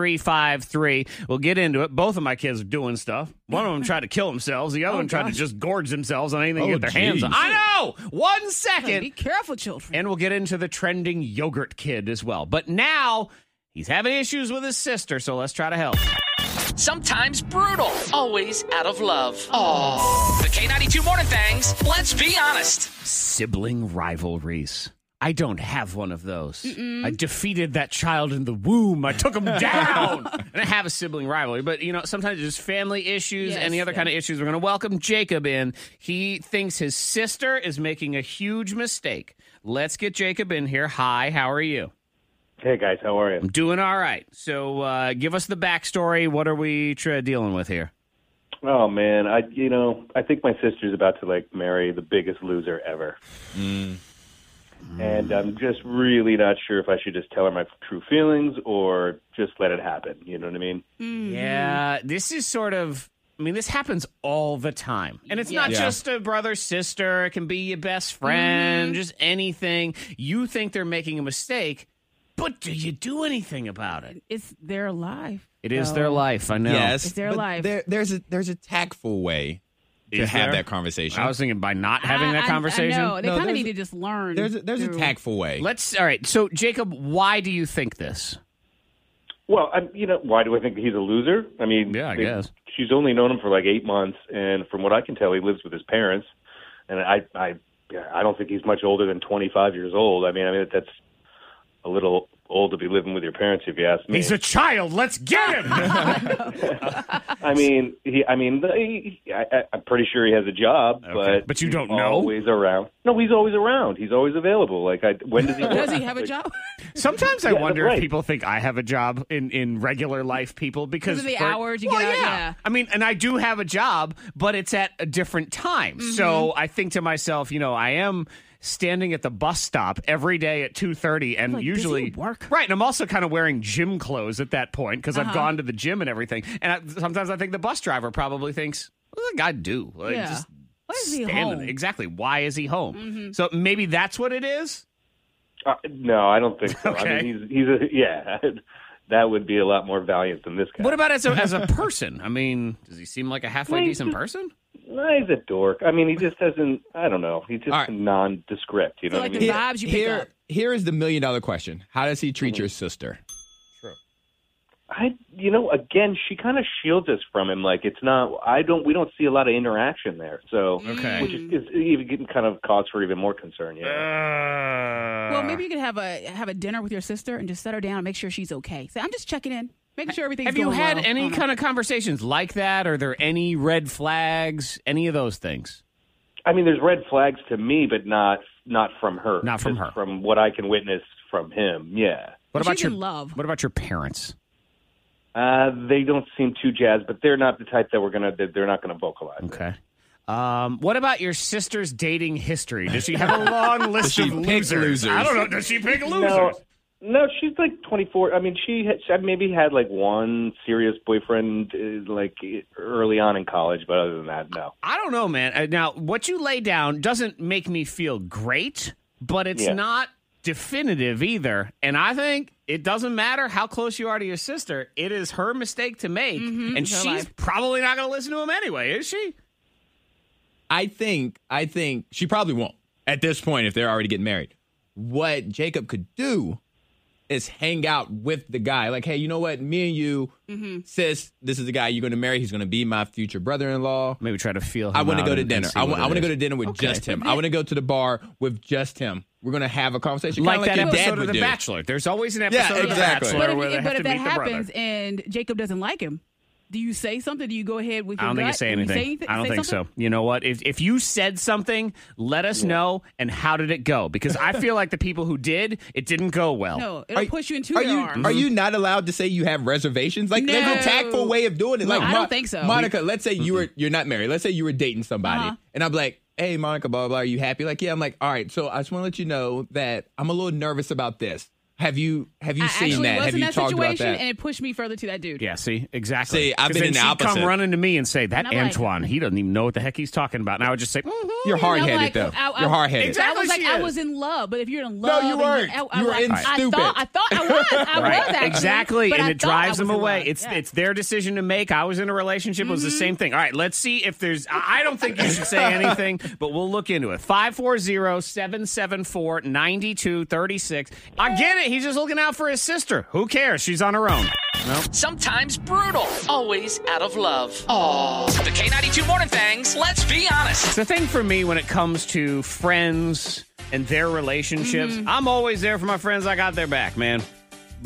A: 52353. We'll get into it. Both of my kids are doing stuff. One of them tried to kill themselves, the other one tried to just gorge themselves on anything they
C: Oh,
A: get their hands on.
C: geez.
A: I know! One second.
E: Be careful, children.
A: And we'll get into the trending yogurt kid as well. But now he's having issues with his sister, so let's try to help.
M: Sometimes brutal, always out of love. Oh, the K92 Morning Thangs. Let's be honest.
A: Sibling rivalries. I don't have one of those. I defeated that child in the womb. I took him down. and I have a sibling rivalry, but you know, sometimes it's just family issues,
N: Yes,
A: any other kind of issues. We're going to welcome Jacob in. He thinks his sister is making a huge mistake. Let's get Jacob in here. Hi, how are you?
N: Hey guys, how are you?
A: I'm doing all right. So uh, give us the backstory. What are we tra- dealing with here?
N: Oh man, I you know I think my sister's about to like marry the biggest loser ever, and I'm just really not sure if I should just tell her my true feelings or just let it happen. You know what I mean?
E: Mm-hmm.
A: Yeah, this is sort of. I mean, this happens all the time, and it's
N: Yeah.
A: not
N: Yeah.
A: just a brother sister. It can be your best
E: Mm-hmm.
A: friend, just anything. You think they're making a mistake, but do you do anything about it?
E: It's their life.
A: It is their life. I know.
C: Yes,
E: It's their
C: but
E: life.
C: There, there's a there's a tactful way to
A: Is
C: have
A: there?
C: that conversation.
A: I was thinking by not having that
E: I- I-
A: conversation.
E: I, know. They
A: No,
E: kind of
A: there's-
E: need to just learn.
C: there's a- there's a
E: through-
C: tactful way.
A: Let's. All right. So, Jacob, why do you think this?
N: Well, I'm, you know, why do I think he's a loser? I mean, yeah, I
A: guess
N: she's only known him for like eight months, and from what I can tell, he lives with his parents, and I, I, I don't think he's much older than twenty five years old. I mean, I mean that's a little old to be living with your parents, if you ask me.
A: He's a child. Let's get him.
N: I mean, he, I mean, the- he, I, I, I'm pretty sure he has a job, but
A: but you
N: he's
A: don't know?
N: Always around. No, he's always around. He's always available. Like, I, when does he?
E: Does he
N: work?
E: have a job?
A: Sometimes I
N: Yeah,
A: wonder
N: right.
A: if people think I have a job in, in regular life people because
E: Because of the
A: for-
E: hours you
A: well,
E: get out,
A: Yeah.
E: yeah.
A: I mean, and I do have a job, but it's at a different time.
E: Mm-hmm.
A: So I think to myself, you know, I am standing at the bus stop every day at 2.30 and
E: Like, does he
A: usually work right and i'm also kind of wearing gym clothes at that point because
E: Uh-huh.
A: i've gone to the gym and everything and I, sometimes i think the bus driver probably thinks what does that guy do like,
E: Yeah.
A: just
E: Why is he
A: standing
E: home? Mm-hmm.
A: there. exactly why is he home so maybe that's what it is
N: Uh, no, I don't think so. I
A: Okay.
N: mean, he's he's a, yeah. That would be a lot more valiant than this guy.
A: What about as a as a person? I mean, does he seem like a halfway
N: Wait,
A: decent
N: just-
A: person?
N: No, he's a dork. I mean, he just doesn't. I don't know. He's just nondescript. You know what I mean?
C: here, Here is the million dollar question: How does he treat your sister?
N: I, you know, again, she kind of shields us from him. Like it's not. I don't. We don't see a lot of interaction there. So
A: Okay.
N: Oh, which is, is even getting kind of cause for even more concern. Yeah.
E: Well, maybe you could have a have a dinner with your sister and just set her down and make sure she's okay. Say, I'm just checking in, making sure everything's.
A: Have you
E: going
A: had
E: well."
A: any
E: Uh-huh.
A: kind of conversations like that? Are there any red flags? Any of those things?
N: I mean, there's red flags to me, but not not from her. Not from her. From what I can witness from him. Yeah.
A: What
E: She's
A: about your
E: in love?
A: What about your parents?
N: Uh, they don't seem too jazzed, but they're not the type that we're gonna. That they're not gonna vocalize.
A: Okay. Um, what about your sister's dating history? Does she have a long list
N: Does she
A: of
N: pick
A: losers?
N: losers?
A: I don't know. Does she pick losers?
N: No, no, she's like 24. I mean, she had, she maybe had like one serious boyfriend uh, like early on in college, but other than that, no.
A: I don't know, man. Uh, Now, what you lay down doesn't make me feel great, but it's
N: Yeah.
A: not definitive either. And I think it doesn't matter how close you are to your sister, it is her mistake to make. And
E: it's Mm-hmm. her
A: she's
E: life.
A: probably not going to listen to him anyway, is she?
C: I think I think she probably won't at this point if they're already getting married. What Jacob could do is hang out with the guy. Like, hey, you know what? Me and you, sis, this is the guy you're going to marry. He's going to be my future brother-in-law.
A: Maybe try to feel.
C: I
A: him
C: want to
A: out
C: go
A: and-
C: to
A: and
C: dinner.
A: see
C: I
A: what it
C: want to go
A: is.
C: to dinner with
A: Okay.
C: just him. I want to go to the bar with just him. We're going to have a conversation,
A: Like
C: kinda
A: that
C: your dad
A: episode of
C: would
A: The
C: do.
A: Bachelor. There's always an
C: Yeah,
A: episode of The
C: exactly.
A: Bachelor
E: But
A: where they
E: if,
A: have
E: but
A: to
E: if
A: meet
E: that
A: the brother.
E: happens and Jacob doesn't like him, do you say something? Do you go ahead with?
A: I
E: Your
A: don't think you
E: gut?
A: say
E: Do
A: anything.
E: anything-
A: I don't
E: say
A: think
E: something?
A: so. You know what? If if you said something, let us know and how did it go? Because I feel like the people who did, it didn't go well.
E: No, it'll push you into
C: Are
E: their
C: you
E: arms.
C: are you not allowed to say you have reservations? Like there's a tactful
E: No.
C: way of doing it.
E: No,
C: like
E: I don't think so. Uh-huh.
C: Monica, let's say you were you're not married. Let's say you were dating somebody, and I'm like, hey, Monica, blah blah. blah, Are you happy? Like, yeah. I'm like, all right. So I just want to let you know that I'm a little nervous about this. Have you have you
E: I
C: seen
E: actually
C: that?
E: was
C: Have
E: in
C: you
E: that
C: talked about
E: situation,
C: that?
E: and it pushed me further to that dude.
A: Yeah, see, exactly.
C: See,
A: 'Cause
C: I've been
A: then
C: in the
A: she'd
C: opposite.
A: come running to me and say that
E: And I'm like-
A: Antoine, he doesn't even know what the heck he's talking about, and I would just say, mm-hmm.
C: You're hard headed
E: like,
C: though.
E: I- I-
C: you're hard headed.
E: I was like,
A: she
E: I
A: is.
E: was in love, but if you're in
C: No,
E: love,
C: you
E: and
C: weren't.
E: I, I,
C: You were
E: I,
C: in
E: I
C: stupid.
E: Thought, I thought I was. I was actually.
A: exactly,
E: But
A: and
E: I
A: it
E: thought
A: drives
E: I
A: them
E: was in
A: away.
E: love.
A: It's
E: Yeah. Mm-hmm.
A: it's their decision to make. I was in a relationship; it was the same thing. All right, let's see if there's. I I don't think you should say anything, but we'll look into it. 540-774-9236. I get it. He's just looking out for his sister. Who cares? She's on her own. No.
M: Sometimes brutal, always out of love. Oh, the K92 Morning Thangs. Let's be honest.
A: It's the thing for me when it comes to friends and their relationships.
E: Mm-hmm.
A: I'm always there for my friends. I got their back, man.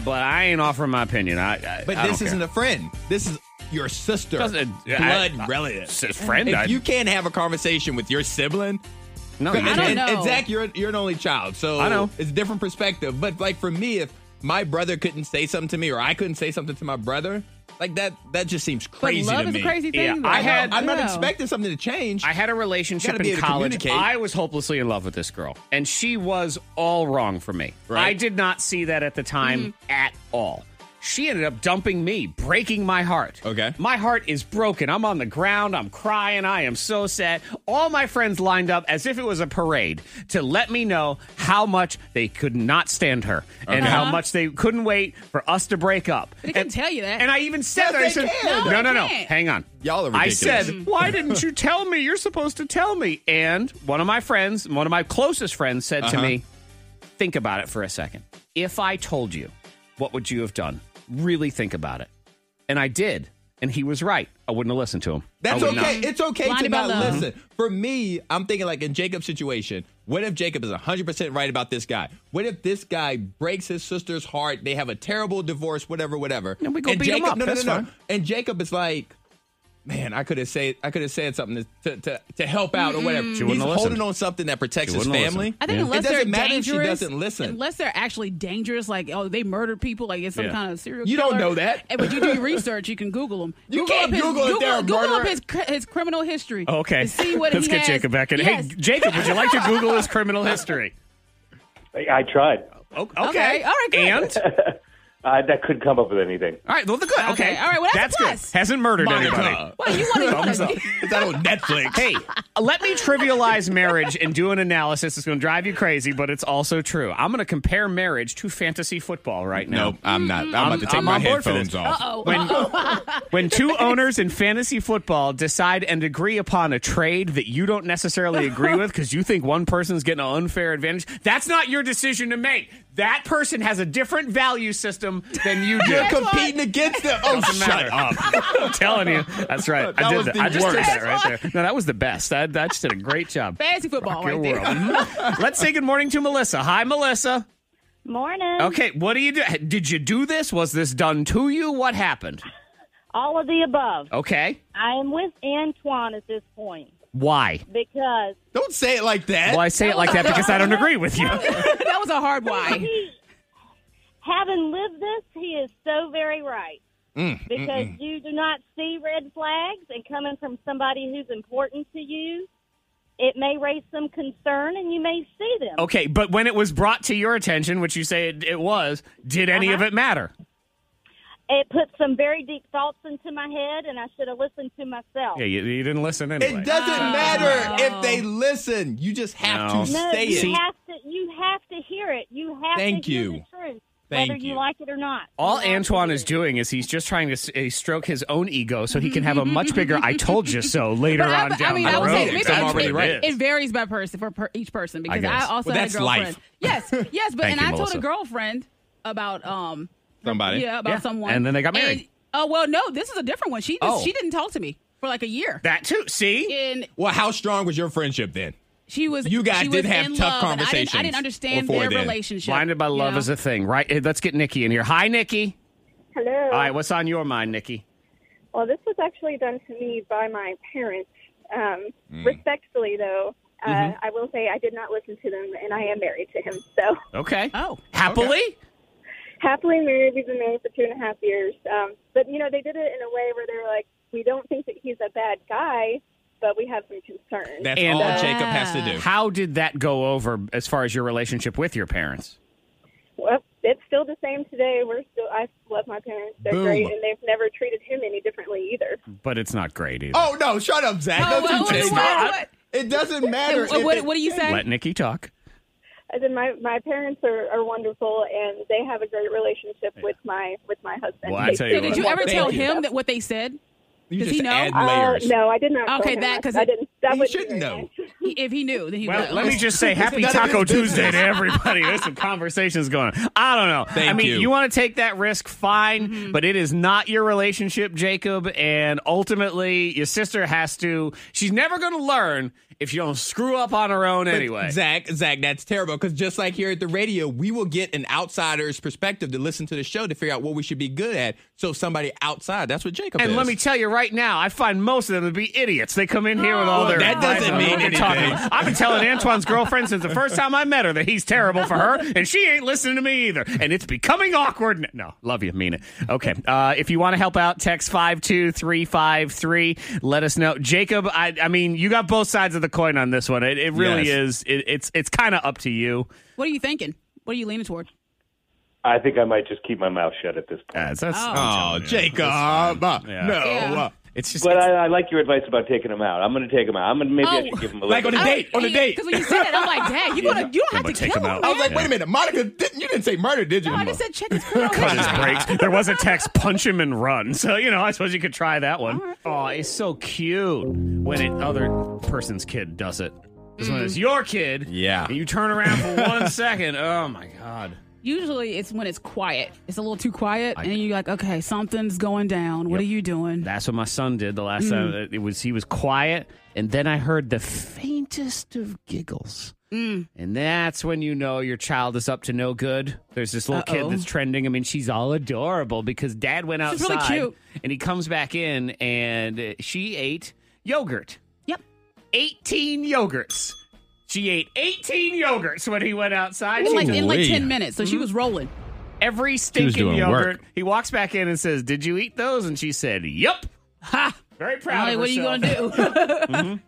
A: But I ain't offering my opinion. I, I
C: But
A: I
C: this
A: don't
C: isn't
A: care.
C: a friend. This is your sister,
A: Doesn't- yeah, I-
C: blood
A: I-
C: relative.
A: s- friend,
C: If
A: I-
C: you can't have a conversation with your sibling,
A: no,
E: you
C: and, and-
E: can't. I don't
C: and
E: know.
C: Zach, you're you're an only child, so
A: I know.
C: it's a different perspective. But like for me, if my brother couldn't say something to me or I couldn't say something to my brother, like that that just seems crazy
A: love
C: to
A: is a
C: me.
A: crazy thing, Yeah, though.
C: I
A: I
C: had
A: had-
C: I'm not
A: no.
C: expecting something to change.
A: I had a
C: You
A: relationship
C: gotta be
A: in
C: able to
A: college.
C: communicate.
A: I was hopelessly in love with this girl, and she was all wrong for me. I did not see that at the time
C: Mm-hmm.
A: at all. She ended up dumping me, breaking my heart. Okay. My heart is broken. I'm on the ground. I'm crying. I am so sad. All my friends lined up as if it was a parade to let me know how much they could not stand her and
E: Okay.
A: how
E: Uh-huh.
A: much they couldn't wait for us to break up.
E: They can tell you that.
A: And I even said that. I said, no, no, no. Hang on. Y'all
C: are
A: I
C: ridiculous.
A: said, why didn't you tell me? You're supposed to tell me. And one of my friends, one of my closest friends said
C: Uh-huh.
A: to me, think about it for a second. If I told you, what would you have done? Really think about it. And I did. And he was right. I wouldn't have listened to him.
C: That's
A: I would
C: okay.
A: not.
C: It's okay
A: Blinded
C: to
A: by
C: not
A: love.
C: listen. For me, I'm thinking like in Jacob's situation, what if Jacob is 100% right about this guy? What if this guy breaks his sister's heart? They have a terrible divorce, whatever, whatever.
A: And we go beat him
C: Jacob,
A: up.
C: No,
A: That's
C: no, no, no.
A: fine.
C: And Jacob is like, man, I could have said I could have said something to, to, to, to help out or whatever.
A: She
C: He's
A: wouldn't
C: holding
A: have listened.
C: on something that protects
A: She
C: his
A: wouldn't have
C: family.
A: listened.
E: I think
A: Yeah.
E: unless
C: it doesn't
E: they're
C: matter if
E: dangerous,
C: she doesn't listen.
E: Unless they're actually dangerous, like oh they murdered people, like it's some
C: Yeah.
E: kind of serial.
C: You don't
E: killer.
C: know that.
E: And when you do your research, you can Google them.
C: You
E: Google
C: can't
E: up his,
C: Google if they're a
E: Google up
C: murderer.
E: his cr- his criminal history.
A: Okay.
E: To see what
A: Let's
E: he
A: get
E: has.
A: Jacob back in.
E: Yes.
A: Hey, Jacob, would you like to Google his criminal history?
N: I, I tried.
A: Okay.
E: Okay. All right, good.
A: And?
N: I, that could come up with anything.
A: All right. Well, the good. Okay.
E: Okay. All right, well, that's a plus.
A: good. Hasn't murdered
N: Monica.
A: anybody.
E: Well, you wanna-
A: Thumbs up.
C: It's out on Netflix.
A: Hey, let me trivialize marriage and do an analysis. It's going to drive you crazy, but it's also true. I'm going to compare marriage to fantasy football right now.
C: Nope, I'm not. I'm about to take
A: I'm
C: my
A: on board for this.
C: headphones off.
E: Uh-oh.
A: When-
E: Uh-oh.
A: When two owners in fantasy football decide and agree upon a trade that you don't necessarily agree with because you think one person's getting an unfair advantage, that's not your decision to make. That person has a different value system than you do.
C: You're competing against them. Oh,
A: Doesn't
C: shut
A: matter.
C: up.
A: I'm telling you. That's right.
C: That
A: I
C: was
A: did that.
C: the
A: I just did
C: worst.
A: that right there. No, that was the best. I, I just did a great job.
E: Fantasy football
A: Your
E: right there.
A: world. Mhm. Let's say good morning to Melissa. Hi, Melissa.
G: Morning.
A: Okay, what do you do? Did you do this? Was this done to you? What happened?
G: All of the above.
A: Okay.
G: I am with Antoine at this point
A: Why?
G: because
C: Don't say it like that.
A: Well, I say it like that because I don't agree with you.
E: that was a hard why.
G: he, having lived this, he is so very right. Because you do not see red flags, and coming from somebody who's important to you, it may raise some concern, and you may see them.
A: Okay, but when it was brought to your attention, which you say it, it was, did any of it matter?
G: It put some very deep thoughts into my head, and I should have listened to myself.
A: Yeah, you, you didn't listen anyway.
C: It doesn't matter if they listen. You just have
A: No.
C: to
G: No,
C: say
G: you
C: it.
G: have to. You have to hear it. You have
A: Thank
G: to hear
A: you.
G: the truth,
A: Thank
G: whether you.
A: you.
G: like it or not.
A: All Antoine is doing is he's just trying to s- uh, stroke his own ego so he can have a much bigger "I told you so" later
E: But I-
A: on
E: I,
A: down
E: mean,
A: the
E: I
A: road.
E: would say maybe
A: That's
E: it-
A: what
E: it,
A: it is.
E: it varies by person for per, each person because I,
A: guess.
E: also
A: Well,
E: had a
A: that's
E: girlfriend.
A: life.
E: Yes, yes, but
A: Thank
E: and
A: you,
E: I told
A: Melissa.
E: a girlfriend about um
C: Somebody.
E: yeah about
A: Yeah.
E: someone,
A: And then they got married.
E: And- Oh well, no, this is a different one. She just,
C: Oh.
E: she didn't talk to me for like a year.
A: That too. See,
E: And
C: Well, how strong was your friendship then?
E: she was
C: You guys
E: she
C: did
E: was
C: have
E: in
C: tough
E: love, and I didn't, I
C: conversations
E: didn't understand
C: before
E: their
C: then.
E: relationship.
A: blinded by
E: you
A: love
E: know?
A: is a thing, right? Hey, Let's get Nikki in here. Hi, Nikki.
O: Hello.
A: All right, what's on your mind, Nikki?
O: Well, this was actually done to me by my parents. Um,
A: Mm.
O: Respectfully, though, uh,
A: Mhm.
O: I will say I did not listen to them, and I am married to him. So
A: Okay. Oh, happily.
O: happily married. We've been married for two and a half years. Um, but you know, they did it in a way where they were like, "We don't think that he's a bad guy, but we have some concerns."
A: And-
C: all Jacob has
G: Ah.
C: to do.
A: How did that go over as far as your relationship with your parents?
O: Well, it's still the same today. We're still. I love my parents. They're
A: Boom.
O: great, and they've never treated him any differently either.
A: But it's not great either.
C: Oh no! Shut up, Zach.
O: Oh,
C: Don't you
O: what-
C: take
O: what-
C: that.
O: what-
C: It doesn't matter.
O: What-
C: if
O: what-
C: it-
O: what do you say?
A: Let Nikki talk.
O: I said my my parents are, are wonderful, and they have a great relationship with my with my husband.
A: Well, I
O: They
A: tell
O: do
A: you
E: Did
A: what.
E: you ever
A: Thank
E: tell
A: you.
E: him that what they said?
A: You
E: Does he
A: just
E: know?
A: add layers.
O: Uh, no, I did not. tell
E: Okay,
O: him
E: that- 'cause
O: I
E: it-
O: didn't. That
E: he
O: would
E: shouldn't
O: know.
E: He- If he knew, then he would.
A: Well, let me just say happy
C: None of his
A: Taco
C: business.
A: Tuesday to everybody. There's some conversations going on. I don't know. I
C: Thank
A: mean,
C: you.
A: you, want to take that risk, fine, but it is not your relationship, Jacob. And ultimately, your sister has to, she's never going to learn if you don't screw up on her own
C: But
A: anyway.
C: Zach, Zach, that's terrible. Because just like here at the radio, we will get an outsider's perspective to listen to the show to figure out what we should be good at. So somebody outside, that's what Jacob
A: And
C: is.
A: let me tell you right now, I find most of them to be idiots. They come in here with all
C: Well,
A: their
C: Oh, that doesn't
A: I don't know
C: mean
A: what they're talking
C: anything.
A: about. I've been telling Antoine's girlfriend since the first time I met her that he's terrible for her, and she ain't listening to me either. And it's becoming awkward. No, love you, mean it. Okay, uh, if you want to help out, text five two three five three. Let us know, Jacob. I, I mean, you got both sides of the coin on this one. It, it really
N: Yes.
A: is. It, it's it's kind of up to you.
E: What are you thinking? What are you leaning toward?
N: I think I might just keep my mouth shut at this point.
E: that's- Oh.
C: Oh, Jacob. uh, No.
E: Yeah.
C: uh,
A: It's just,
N: but I, I like your advice about taking them out. I'm going to take them out. I'm going to maybe I
E: Oh.
N: should give them a
C: Like on a
N: little-
C: date, on a date.
E: Because when you said that, I'm like, dad, you gonna you don't have to kill him.
C: I was like, wait a minute, Monica, didn't, you didn't say murder, did you?
E: No, I just said check his criminal
A: cut his
E: history.
A: brakes. There was a text, punch him and run. So, you know, I suppose you could try that one. Oh, it's so cute when an other person's kid does it. Because when it's your kid, yeah. you turn around for one second. Oh, my God.
E: Usually it's when it's quiet. It's a little too quiet, and you're like, okay, something's going down.
A: Yep.
E: What are you doing?
A: That's what my son did the last
E: Mm.
A: time. Uh, It was he was quiet, and then I heard the faintest of giggles.
E: Mm.
A: And that's when you know your child is up to no good. There's this little
E: Uh-oh.
A: kid that's trending. I mean, she's all adorable because dad went
E: She's really
A: outside
E: cute.
A: and he comes back in and uh, she ate yogurt.
E: Yep.
A: 18 yogurts. She ate 18 yogurts when he went outside.
E: In
A: She
E: like
A: took-
E: in like ten minutes, so she was rolling.
A: Every stinking yogurt. He walks back in and says, "Did you eat those?" And she said, "Yep." Ha! Very proud.
E: Molly,
A: of
E: what are you
A: herself.
E: gonna do?
A: Mhm.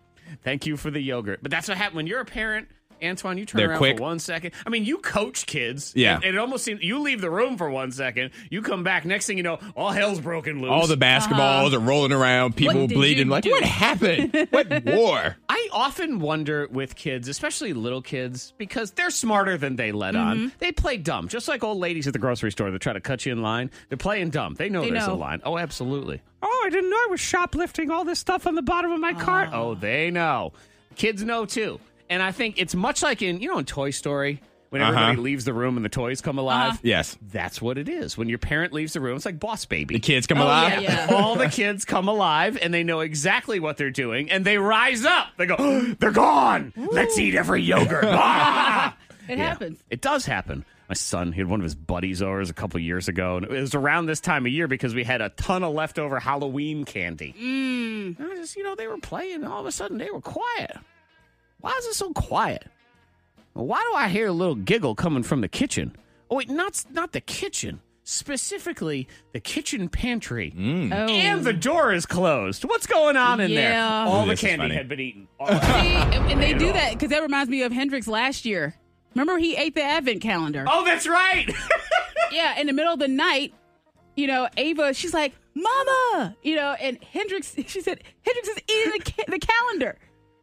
A: Thank you for the yogurt. But that's what happened when you're a parent. Antoine, you turn
C: They're
A: around
C: quick.
A: for one second. I mean, you coach kids.
C: Yeah.
A: And it almost seems you leave the room for one second. You come back. Next thing you know, all hell's broken loose.
E: Uh-huh.
C: All the basketballs are rolling around, people
A: What did
C: bleeding.
A: you
C: Like,
A: do?
C: what happened? what war?
A: I often wonder with kids, especially little kids, because they're smarter than they let on. They play dumb, just like old ladies at the grocery store that try to cut you in line. They're playing dumb. They know
E: They
A: there's
E: know.
A: a line. Oh, absolutely. Oh, I didn't know I was shoplifting all this stuff on the bottom of my cart. Oh, they know. Kids know too. And I think it's much like in, you know, in Toy Story. When
C: Uh-huh.
A: everybody leaves the room and the toys come alive,
C: Yes.
A: that's what it is. When your parent leaves the room, it's like Boss Baby.
C: The kids come
A: Oh,
C: alive.
A: yeah, yeah. All the kids come alive and they know exactly what they're doing and they rise up. They go, they're gone. Let's eat every yogurt. Ah!
E: It
A: Yeah.
E: happens.
A: It does happen. My son, he had one of his buddies over a couple years ago, and it was around this time of year because we had a ton of leftover Halloween candy.
E: Mm.
A: I just, you know, they were playing, and all of a sudden they were quiet. Why is it so quiet? Well, Why do I hear a little giggle coming from the kitchen? Oh, wait, not, not the kitchen. Specifically, the kitchen pantry.
E: Oh.
A: And the door is closed. What's going on in
E: Yeah.
A: there? All
C: Ooh,
A: the
C: this is
A: candy
C: funny.
A: had been eaten.
E: And, and they
A: Not
E: do
A: at all.
E: that because that reminds me of Hendrix last year. Remember he ate the advent calendar.
A: Oh, that's right.
E: yeah, in the middle of the night, you know, Ava, she's like, "Mama," you know, and Hendrix, she said, "Hendrix is eating the, ca- the calendar,"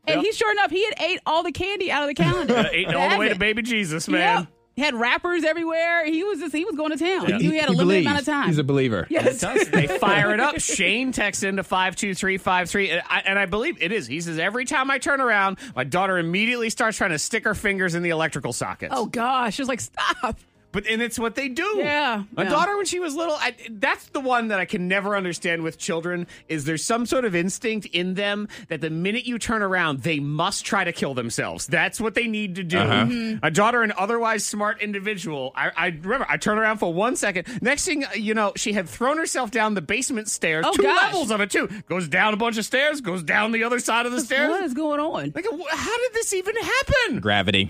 E: and
A: Yep.
E: he, sure enough, he had ate all the candy out of the calendar,
A: Eating all the way to baby Jesus, man.
E: He had wrappers everywhere. He was just he was going to town.
A: Yeah.
E: He, had a
C: He
E: limited
C: believes.
E: amount of time.
C: He's a believer.
E: yes,
A: They fire it up. Shane texts into 52353. And I, and I believe it is. He says, Every time I turn around, my daughter immediately starts trying to stick her fingers in the electrical sockets.
E: Oh gosh, she was like, "Stop!"
A: But and it's what they do.
E: Yeah,
A: My
E: yeah.
A: daughter, when she was little, I, that's the one that I can never understand with children. Is there's some sort of instinct in them that the minute you turn around, they must try to kill themselves. That's what they need to do. Mm-hmm.
C: Uh-huh.
E: Mm-hmm.
A: A daughter, an otherwise smart individual. I, I remember. I turned around for one second. Next thing uh, you know, she had thrown herself down the basement stairs.
E: Oh,
A: Two
E: gosh.
A: levels of it too. Goes down a bunch of stairs. Goes down the other side of the stairs.
E: What is going on?
A: Like, wh- how did this even happen?
C: Gravity.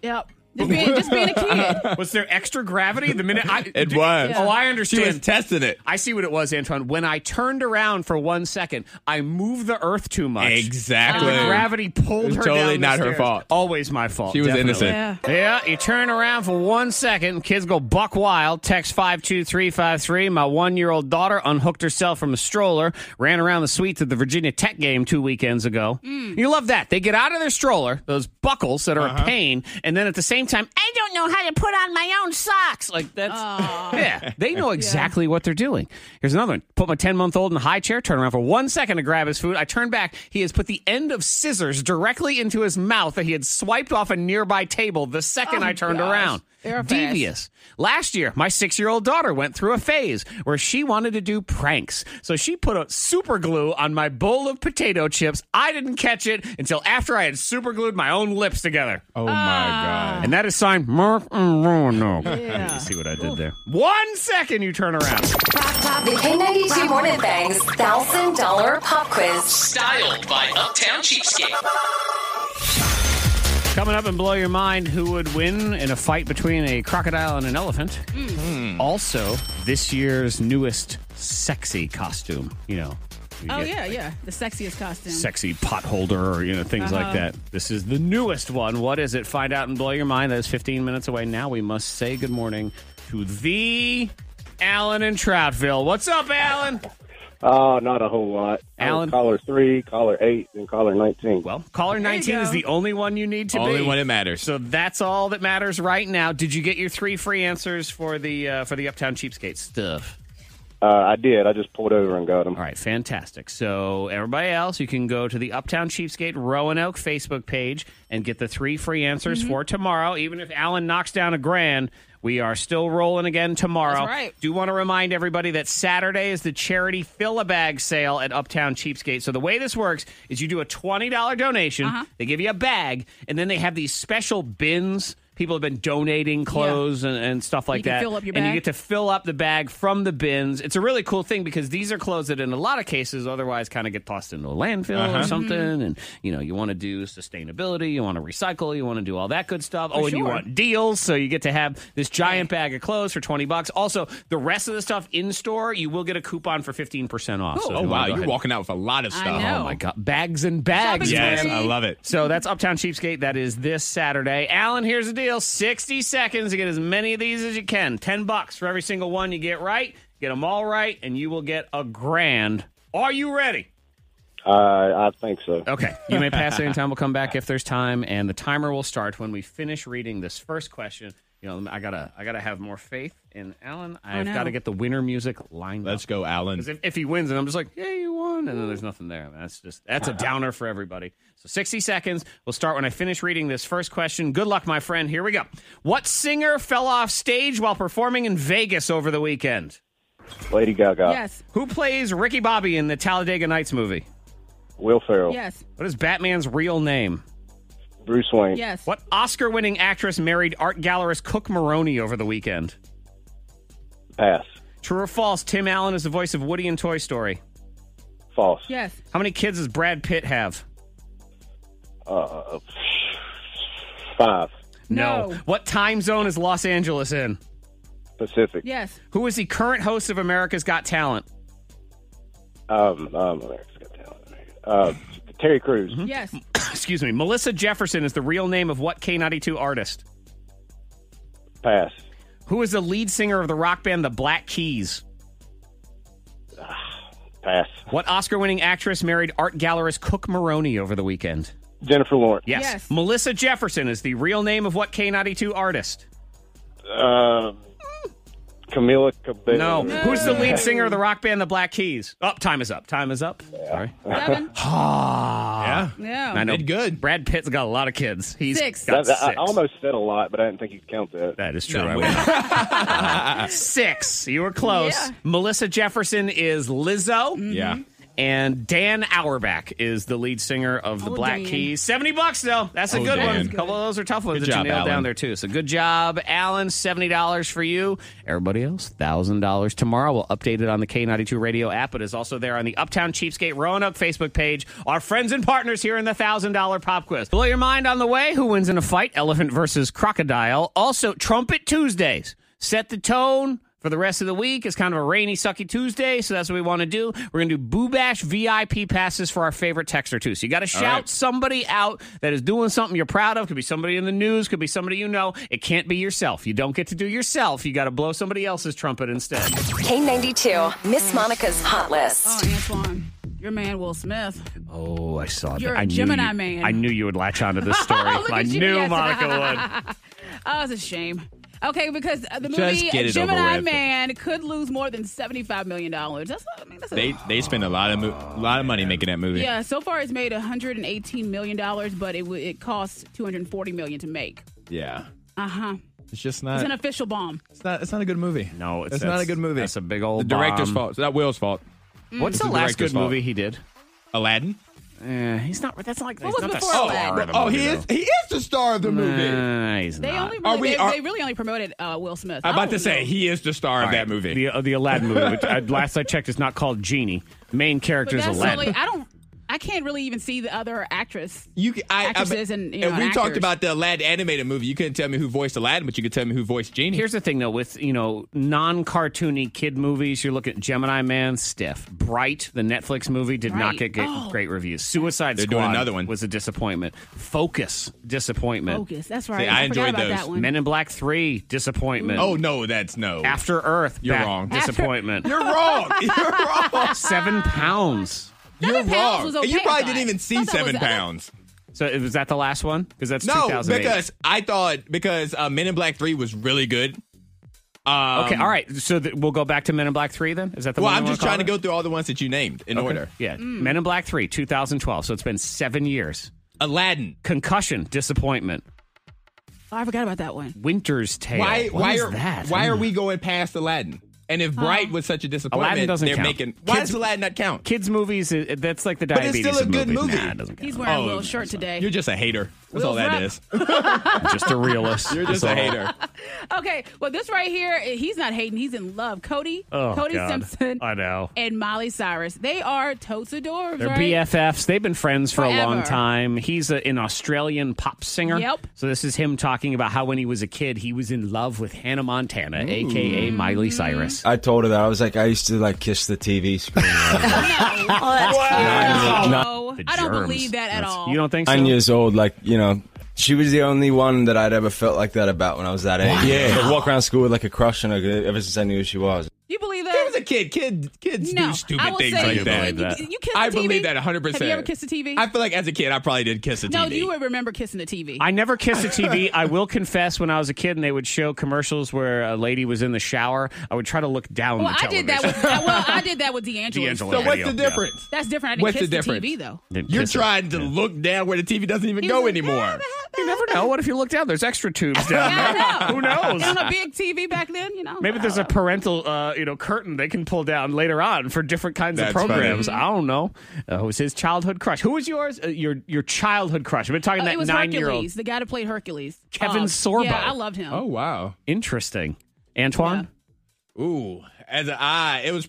E: Yep, just being, just being a kid.
A: Was there extra gravity the minute I?
C: It was.
A: Oh, I
C: She
A: understand.
C: was testing it.
A: I see what it was, Antoine. When I turned around for one second, I moved the earth too much.
C: Exactly.
A: The gravity
C: It
A: pulled
C: was
A: her
C: totally
A: down the
C: not her
A: stairs.
C: fault.
A: Always my fault.
C: She was
A: definitely.
C: innocent.
E: Yeah.
A: Yeah, you turn around for one second, kids go buck wild. Text 52353. My one year old daughter unhooked herself from a stroller, ran around the suites at the Virginia Tech game two weekends ago. You love that. They get out of their stroller, those buckles that are a pain, and then at the same time, I don't know how to put on my own socks. Like, that's. Yeah, they know exactly what they're doing. Here's another one. Put my 10 month old in a high chair, turn around for one second to grab his food. I turn back. He has put the end of scissors directly into his mouth that he had swiped off a nearby table the second
E: Oh,
A: I turned
E: gosh.
A: around.
E: They're fast.
A: devious. Last year, my six year old daughter went through a phase where she wanted to do pranks. So she put a super glue on my bowl of potato chips. I didn't catch it until after I had super glued my own lips together.
C: Oh my
E: Ah.
C: God.
A: And that is signed Mark and Roanoke.
B: Yeah.
A: You see what I did there? One second you turn around.
B: The K92 Morning Thang's $1,000 pop quiz.
M: Styled by Uptown Cheapskate.
A: Coming up and blow your mind who would win in a fight between a crocodile and an elephant.
E: Hmm.
A: Also, this year's newest sexy costume. You know, you
E: Oh
A: get
E: yeah, yeah. The sexiest costume.
A: sexy potholder or, you know, things
E: Uh-huh.
A: like that. This is the newest one. What is it? Find out and blow your mind. That is 15 minutes away. Now we must say good morning to the Alan in Troutville. What's up, Alan?
P: Oh, not a whole lot.
A: Alan?
P: Caller three, caller eight, and caller 19.
A: Well, Caller 19 is the only one you need to be.
C: Only one that matters.
A: So that's all that matters right now. Did you get your three free answers for the uh, for the Uptown Cheapskate stuff?
P: Uh, I did. I just pulled over and got them.
A: All right, fantastic. So everybody else, you can go to the Uptown Cheapskate Roanoke Facebook page and get the three free answers
E: Mm-hmm.
A: for tomorrow. Even if Alan knocks down a grand, we are still rolling again tomorrow.
E: That's right.
A: Do want to remind everybody that Saturday is the charity fill a bag sale at Uptown Cheapskate. So the way this works is you do a twenty dollar donation,
E: Uh-huh.
A: they give you a bag, and then they have these special bins. People have been donating clothes and, and stuff like
E: can
A: that.
E: fill up your
A: and you
E: bag.
A: get to to fill up the bag from the bins. It's a really cool thing because these are clothes that, in a lot of cases, otherwise kind of get tossed into a landfill or
C: Uh-huh.
A: something.
E: Mm-hmm.
A: And you know, you want to do sustainability, you want to recycle, you want to do all that good stuff.
C: For
A: oh, and you
C: sure.
A: want deals, so you get to have this giant bag of clothes for twenty bucks. Also, the rest of the stuff in store, you will get a coupon for fifteen percent off.
C: Oh, wow. You're walking out with a lot of
A: I
C: stuff.
A: know. Oh, my God. Bags and bags.
C: Yes,
A: man.
C: I love it.
A: So that's Uptown Cheapskate. That is this Saturday. Alan, here's the deal: sixty seconds to get as many of these as you can. Ten bucks for every single one you get right. Get them all right, and you will get a grand. Are you ready?
P: Uh, I think so.
A: Okay. You may pass anytime. We'll come back if there's time, and the timer will start when we finish reading this first question. You know, I gotta, I gotta have more faith in Alan. I've
C: no.
A: got to get the winner music lined Let's
C: go, Alan.
A: if, if he wins, and I'm just like, yeah, you won, and then there's nothing there. That's just that's a downer for everybody. So 60 seconds. We'll start when I finish reading this first question. Good luck, my friend. Here we go. What singer fell off stage while performing in Vegas over the weekend?
P: Lady Gaga.
A: Who plays Ricky Bobby in the Talladega Nights movie?
P: Will Ferrell.
E: Yes.
A: What is Batman's real name?
P: Bruce Wayne.
E: Yes.
A: What Oscar-winning actress married art gallerist Cook Maroney over the weekend?
P: Pass.
A: True or false? Tim Allen is the voice of Woody in Toy Story.
P: False.
E: Yes.
A: How many kids does Brad Pitt have?
P: Uh, five.
A: No. What time zone is Los Angeles in?
P: Pacific.
E: Yes.
A: Who is the current host of America's Got Talent?
P: Um, um, America's Got Talent. Uh, Terry Crews.
A: Mm-hmm.
E: Yes.
A: Excuse me. Melissa Jefferson is the real name of what K92 artist?
P: Pass.
A: Who is the lead singer of the rock band The Black Keys?
P: Pass.
A: What Oscar winning actress married art gallerist Cook Maroney over the weekend?
P: Jennifer Lawrence.
A: Yes. Melissa Jefferson is the real name of what K92 artist?
P: Um, Camila Cabello.
A: No. Who's the lead singer of the rock band The Black Keys? Up, time is up. Time is up. Sorry.
P: Uh-huh.
E: Seven.
A: Ah.
E: Yeah.
C: oh-
A: I know. good. Brad Pitt's got a lot of kids. He's
E: Six.
A: got
P: That- I, I
A: six.
P: almost said a lot, but I didn't think you'd count that.
A: That is true. I would Six. You were close.
P: Yeah.
A: Melissa Jefferson is Lizzo.
C: Yeah.
A: And Dan Auerbach is the lead singer of the
C: Oh,
A: Black
C: Dan.
A: Keys. 70 bucks, though. That's a
C: Oh,
A: good
C: Dan.
A: one. A couple of those are tough ones
C: Good
A: that
C: job,
A: you nailed down
C: Alan.
A: there, too. So good job, Alan. $70 for you. Everybody else, $1,000 tomorrow. We'll update it on the K92 radio app. It is also there on the Uptown Cheapskate Roanoke Facebook page. Our friends and partners here in the $1,000 pop quiz. Blow your mind on the way. Who wins in a fight? Elephant versus crocodile. Also, Trumpet Tuesdays. Set the tone for the rest of the week. It's kind of a rainy, sucky Tuesday, so that's what we want to do. We're going to do Boo Bash VIP passes for our favorite texter, too. So you got to shout
C: right.
A: somebody out that is doing something you're proud of. Could be somebody in the news, could be somebody you know. It can't be yourself. You don't get to do yourself. You got to blow somebody else's trumpet instead.
B: K92, Miss Monica's Hot List.
E: Oh, Antoine, your man Will Smith.
A: Oh, I saw
E: You're
A: that.
E: a
A: I knew
E: Gemini
A: you,
E: man.
A: I knew you would latch onto this story.
E: Look
A: I
E: at you,
A: knew
E: yes.
A: Monica
E: oh, it's a shame. Okay, because uh, the
C: Just
E: movie
C: get it over
E: Gemini
C: with.
E: Man could lose more than seventy-five million dollars. That's I mean, that's a
C: They they spend a lot of mo- lot of money making that movie.
E: Yeah, so far it's made 118 million dollars, but it w- it costs 240 million to make.
C: Yeah.
E: Uh huh.
C: It's just
E: It's
C: not.
E: an official bomb.
C: It's not. It's not a good movie.
A: No, it's,
C: That's not a good movie.
A: That's a big old.
C: the director's
A: bomb.
C: fault. It's not Will's fault.
A: Mm. What's
C: It's
A: the last
C: director's
A: good movie he did?
C: Aladdin.
A: Eh, he's not. That's not like.
E: What
A: he's
E: was
A: not the
E: before
A: star
E: Aladdin?
A: of the
C: Oh,
A: movie,
C: he is.
A: though.
C: He is the star of the movie.
A: Nah, Uh, he's
E: They
A: not.
E: only really,
C: Are we-
E: they,
C: are-
E: they really only promoted uh, Will Smith.
C: I'm
E: I
C: about
A: Oh,
E: don't
C: to say
E: know.
C: he is the star of that movie.
A: The uh, the Aladdin movie. Which, uh, last I checked, it's not called Genie. Main
E: But
A: character is
E: that's
A: Aladdin.
E: only- I don't. I can't really even see the other actress.
C: You, ca- I, I-
E: actresses and you
C: if
E: know,
C: we
E: and
C: talked
E: actors.
C: about the Aladdin animated movie, you couldn't tell me who voiced Aladdin, but you could tell me who voiced Genie.
A: Here's the thing, though, with you know non-cartoony kid movies, you're looking at Gemini Man, stiff, Bright, the Netflix movie, did not
C: Right.
A: get, get
E: Oh.
A: great reviews. Suicide
C: They're
A: Squad
C: doing another one.
A: was a disappointment. Focus, disappointment.
E: Focus. That's right. I, forgot about that one.
A: Men in Black Three, disappointment.
C: Oh no, that's no.
A: After Earth,
C: You're
A: back-
C: wrong.
A: Disappointment.
C: You're wrong. You're wrong.
A: Seven pounds.
C: You're
E: pounds
C: wrong.
E: was
C: And you
E: okay,
C: probably
E: I
C: didn't
E: thought.
C: even
E: I
C: see
E: thought that
C: seven
E: was- I thought-
C: pounds.
A: So was that the last one? Because that's
C: No,
A: 2008.
C: because I thought because uh, Men in Black Three was really good. Um,
A: okay, all right. So th- we'll go back to Men in Black Three then. Is that the
C: Well,
A: one?
C: I'm
A: you
C: just
A: wanna
C: trying to
A: call
C: go through all the ones that you named in
A: it? Okay.
C: order.
A: Yeah,
E: Mm.
A: Men in Black Three, 2012. So it's been seven years.
C: Aladdin,
A: Concussion, disappointment.
E: Oh, I forgot about that one.
A: Winter's Tale.
C: Why?
A: What
C: why
A: is
C: are
A: that?
C: why are we going past Aladdin? And if Bright was such a disappointment,
A: Aladdin doesn't
C: they're
A: count.
C: making. Why
A: Kids-
C: does Aladdin not count?
A: Kids movies. uh, That's like the
C: But it's
A: diabetes.
C: still a
A: of
C: good
A: movies.
C: movie.
A: Nah, it doesn't count.
E: He's wearing
C: Oh,
E: a little shirt today.
C: You're just a hater. That's
E: Will's
C: all that
E: rep.
C: is.
A: just a realist.
C: You're just
A: That's
C: a
A: all.
C: hater.
E: Okay, well, this right here, he's not hating. He's in love. Cody,
A: Oh,
E: Cody
A: God.
E: Simpson,
A: I know.
E: and Molly Cyrus. They are totes adorbs,
A: They're
E: right?
A: BFFs. They've been friends for a long
E: Forever.
A: time. He's a, an Australian pop singer.
E: Yep.
A: So this is him talking about how when he was a kid, he was in love with Hannah Montana, aka Miley
E: Mm.
A: Cyrus.
Q: I told her that I was like, I used to like kiss the TV screen.
E: No, Oh, I don't believe that at all.
A: You don't think so?
Q: Nine years old, like you know, she was the only one that I'd ever felt like that about when I was that age.
C: Wow.
Q: Yeah, I'd walk around school with like a crush on her ever since I knew who she was.
E: You believe that? He was
C: a kid. Kid, kids
E: no,
C: do stupid
E: I will
C: things
E: say
C: like
E: you
C: that.
E: Believe, you, you kiss
C: I
E: the TV?
C: believe that 100. percent
E: Have you ever kissed a TV?
C: I feel like as a kid, I probably did kiss a
E: no,
C: TV.
E: you would remember kissing a TV.
A: I never kissed a TV. I will confess, when I was a kid, and they would show commercials where a lady was in the shower, I would try to look down
E: well,
A: the
E: I
A: television.
E: did that. With, well, I did that with D'Angelo.
A: D'Angelo So what's the video, yeah. difference?
E: That's different. I didn't
C: What's the
E: kiss the,
C: difference?
E: TV though.
A: Didn't
C: You're
A: kiss her.
C: trying to look down where the TV doesn't even
E: He's
C: go
E: like,
C: anymore.
A: You never know. What if you look down? There's extra tubes down there. Who knows?
E: And on a big TV back then, you know.
A: Maybe there's a parental, uh, you know, curtain they can pull down later on for different kinds
C: That's
A: of programs.
C: funny.
A: I don't know. Uh, who was his childhood crush? Who was yours? Uh, your your childhood crush? I've been talking
E: Oh,
A: that
E: it was
A: nine year old.
E: Hercules, the guy that played Hercules.
A: Kevin
E: Oh,
A: Sorbo. Oh.
E: Yeah, I loved him.
C: Oh, wow.
A: Interesting. Antoine.
C: Ooh, as a, I, it was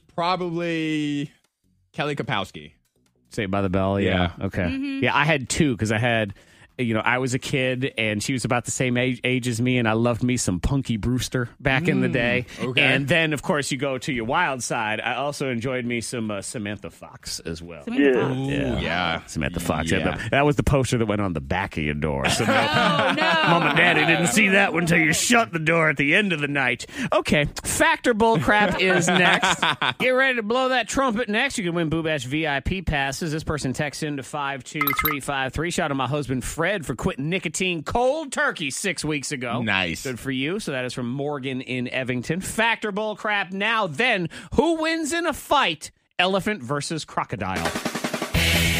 C: probably Kelly Kapowski.
A: Saved by the Bell. Yeah. Okay. Yeah, I had two because I had, you know, I was a kid and she was about the same age, age as me, and I loved me some Punky Brewster back in the
C: Mm,
A: day.
C: okay.
A: And then, of course, you go to your wild side. I also enjoyed me some uh, Samantha Fox as well.
E: Samantha Yeah. Fox.
A: yeah. Samantha Fox.
C: Yeah.
A: That was the poster that went on the back of your door. So no,
E: Oh no.
A: Mom and Daddy didn't see that one until you shut the door at the end of the night. Okay, Factor Bull Crap is next. Get ready to blow that trumpet next. You can win Boo Bash VIP passes. This person texts in to 52353. Shout out my husband Fred for quitting nicotine cold turkey six weeks ago.
C: Nice.
A: Good for you. So that is from Morgan in Evington. Factor Bull Crap now. Then, who wins in a fight? Elephant versus crocodile.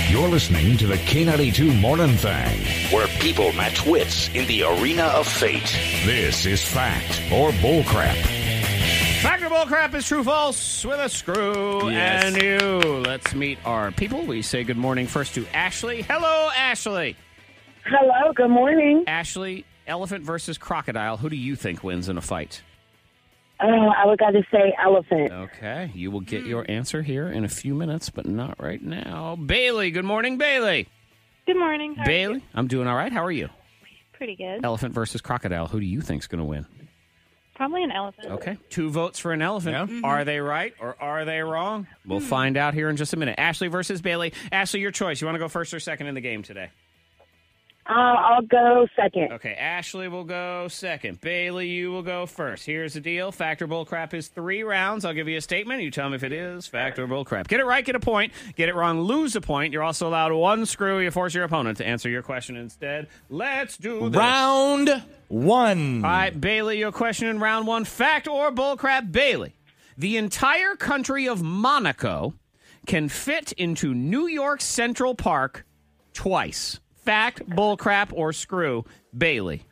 R: You're listening to the K92 Morning Thing, where people match wits in the arena of fate. This is fact or bullcrap.
A: Factor bull crap is true false with a screw
R: Yes.
A: and you. Let's meet our people. We say good morning first to Ashley. Hello, Ashley.
S: Hello, good morning.
A: Ashley, elephant versus crocodile. Who do you think wins in a fight?
S: Oh, I would gotta say elephant.
A: Okay, you will
T: Hmm.
A: get your answer here in a few minutes, but not right now. Bailey, good morning, Bailey.
T: Good morning. How are you?
A: Bailey, I'm doing all right. How are you?
T: Pretty good.
A: Elephant versus crocodile. Who do you think's going to win?
T: Probably an elephant.
A: Okay. Two votes for an elephant.
T: Mhm.
A: Are they right or are they wrong? We'll
T: Hmm.
A: find out here in just a minute. Ashley versus Bailey. Ashley, your choice. You want to go first or second in the game today?
S: Uh, I'll go second.
A: Okay, Ashley will go second. Bailey, you will go first. Here's the deal. Factor bull crap is three rounds. I'll give you a statement. You tell me if it is fact or bull crap. Get it right, get a point. Get it wrong, lose a point. You're also allowed one screw. You force your opponent to answer your question instead. Let's do this.
C: Round one.
A: All right, Bailey, your question in round one fact or bullcrap? Bailey, the entire country of Monaco can fit into New York Central Park twice. Fact, bullcrap, or screw? Bailey.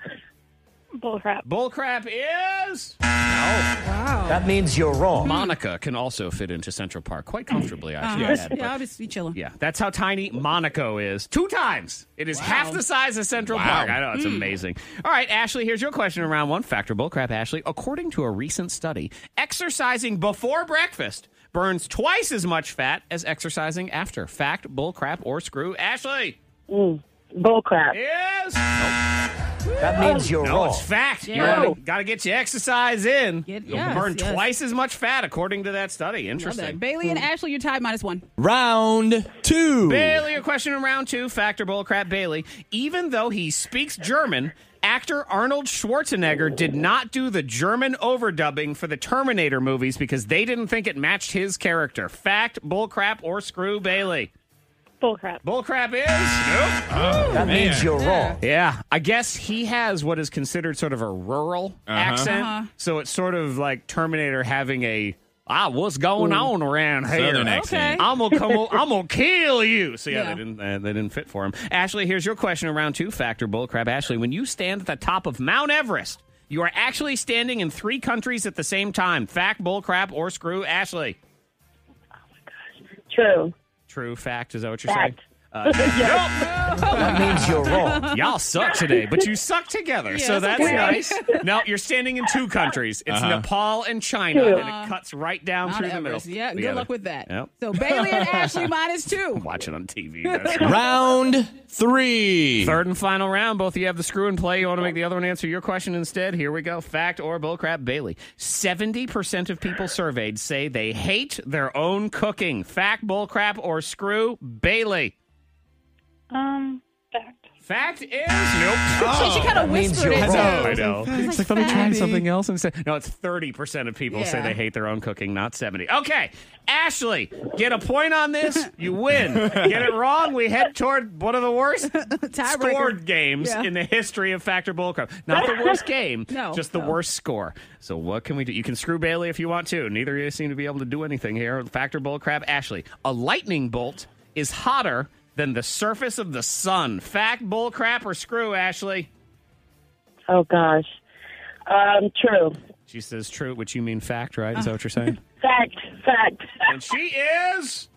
T: Bull crap.
A: Bull crap is. Wow. That means you're wrong. Monica can also fit into Central Park quite comfortly, I should
E: Uh-huh.
A: add.
E: Yeah, I'll just be chilling.
A: Yeah, that's how tiny Monaco is. Two times. It is half the size of Central Park. I know, it's
E: Mm.
A: amazing. All right, Ashley, here's your question in round one. Factor bullcrap, Ashley. According to a recent study, exercising before breakfast burns twice as much fat as exercising after. Fact, bullcrap, or screw. Ashley.
S: Mm. Bullcrap.
A: Yes.
S: That means you're
A: no,
S: wrong.
A: it's fact.
S: Yeah.
A: You got to get your exercise in. You'll
E: yes,
A: burn
E: yes.
A: twice as much fat, according to that study.
E: Love
A: Interesting.
E: that. Bailey and Ashley, you're tied minus one.
C: Round two.
A: Bailey, a question in round two. Factor bullcrap Bailey. Even though he speaks German, actor Arnold Schwarzenegger did not do the German overdubbing for the Terminator movies because they didn't think it matched his character. Fact, bullcrap, or screw Bailey.
T: Bullcrap.
A: Bullcrap is.
T: That
A: Man. Yeah, I guess he has what is considered sort of a rural accent.
E: Uh-huh.
A: So it's sort of like Terminator having a ah, what's going
E: Mm.
A: on around here?
E: Southern accent. Okay.
A: I'm gonna come. o- I'm gonna kill you. So yeah,
E: Yeah.
A: they didn't. Uh, they didn't fit for him. Ashley, here's your question around two. Factor bullcrap, Ashley. When you stand at the top of Mount Everest, you are actually standing in three countries at the same time. Fact, bullcrap, or screw, Ashley.
S: True.
A: True fact. Is that what you're
S: Fact.
A: saying? Uh,
S: That means you're wrong.
A: Y'all suck today, but you suck together,
S: Yeah,
A: so that's
S: that's okay.
A: nice. No, you're standing in two countries. It's
C: Uh-huh.
A: Nepal and China,
E: True.
A: and it cuts right down
E: Mount
A: through
E: Everest.
A: the middle.
E: Yeah, good
A: Together.
E: luck with that.
A: Yep.
E: So Bailey and Ashley minus two.
A: Watch it on TV.
C: round three.
A: Third and final round. Both of you have the screw in play. You want to make the other one answer your question instead? Here we go. Fact or bullcrap, Bailey. 70% of people surveyed say they hate their own cooking. Fact, bullcrap, or screw, Bailey.
T: Um, fact.
A: Fact is, nope.
E: So she kinda That means whispered you're it, wrong. too.
A: I know.
E: It's like,
A: It's like, let me try
E: "Fatty."
A: something else instead. No, it's thirty percent of people say
E: Yeah.
A: they hate their own cooking, not seventy. Okay, Ashley, get a point on this, you win. get it wrong, we head toward one of the worst scored games
E: Yeah.
A: in the history of Factor Bullcrap. Not the worst game,
E: No,
A: just the
E: no.
A: worst score. So what can we do? You can screw Bailey if you want to. Neither of you seem to be able to do anything here. Factor Bullcrap, Ashley, a lightning bolt is hotter. Than the surface of the sun. Fact, bullcrap, or screw, Ashley?
S: Oh gosh. Um, true.
A: She says true, which you mean fact, right? Is that what you're saying?
S: Fact. Fact.
A: and she is.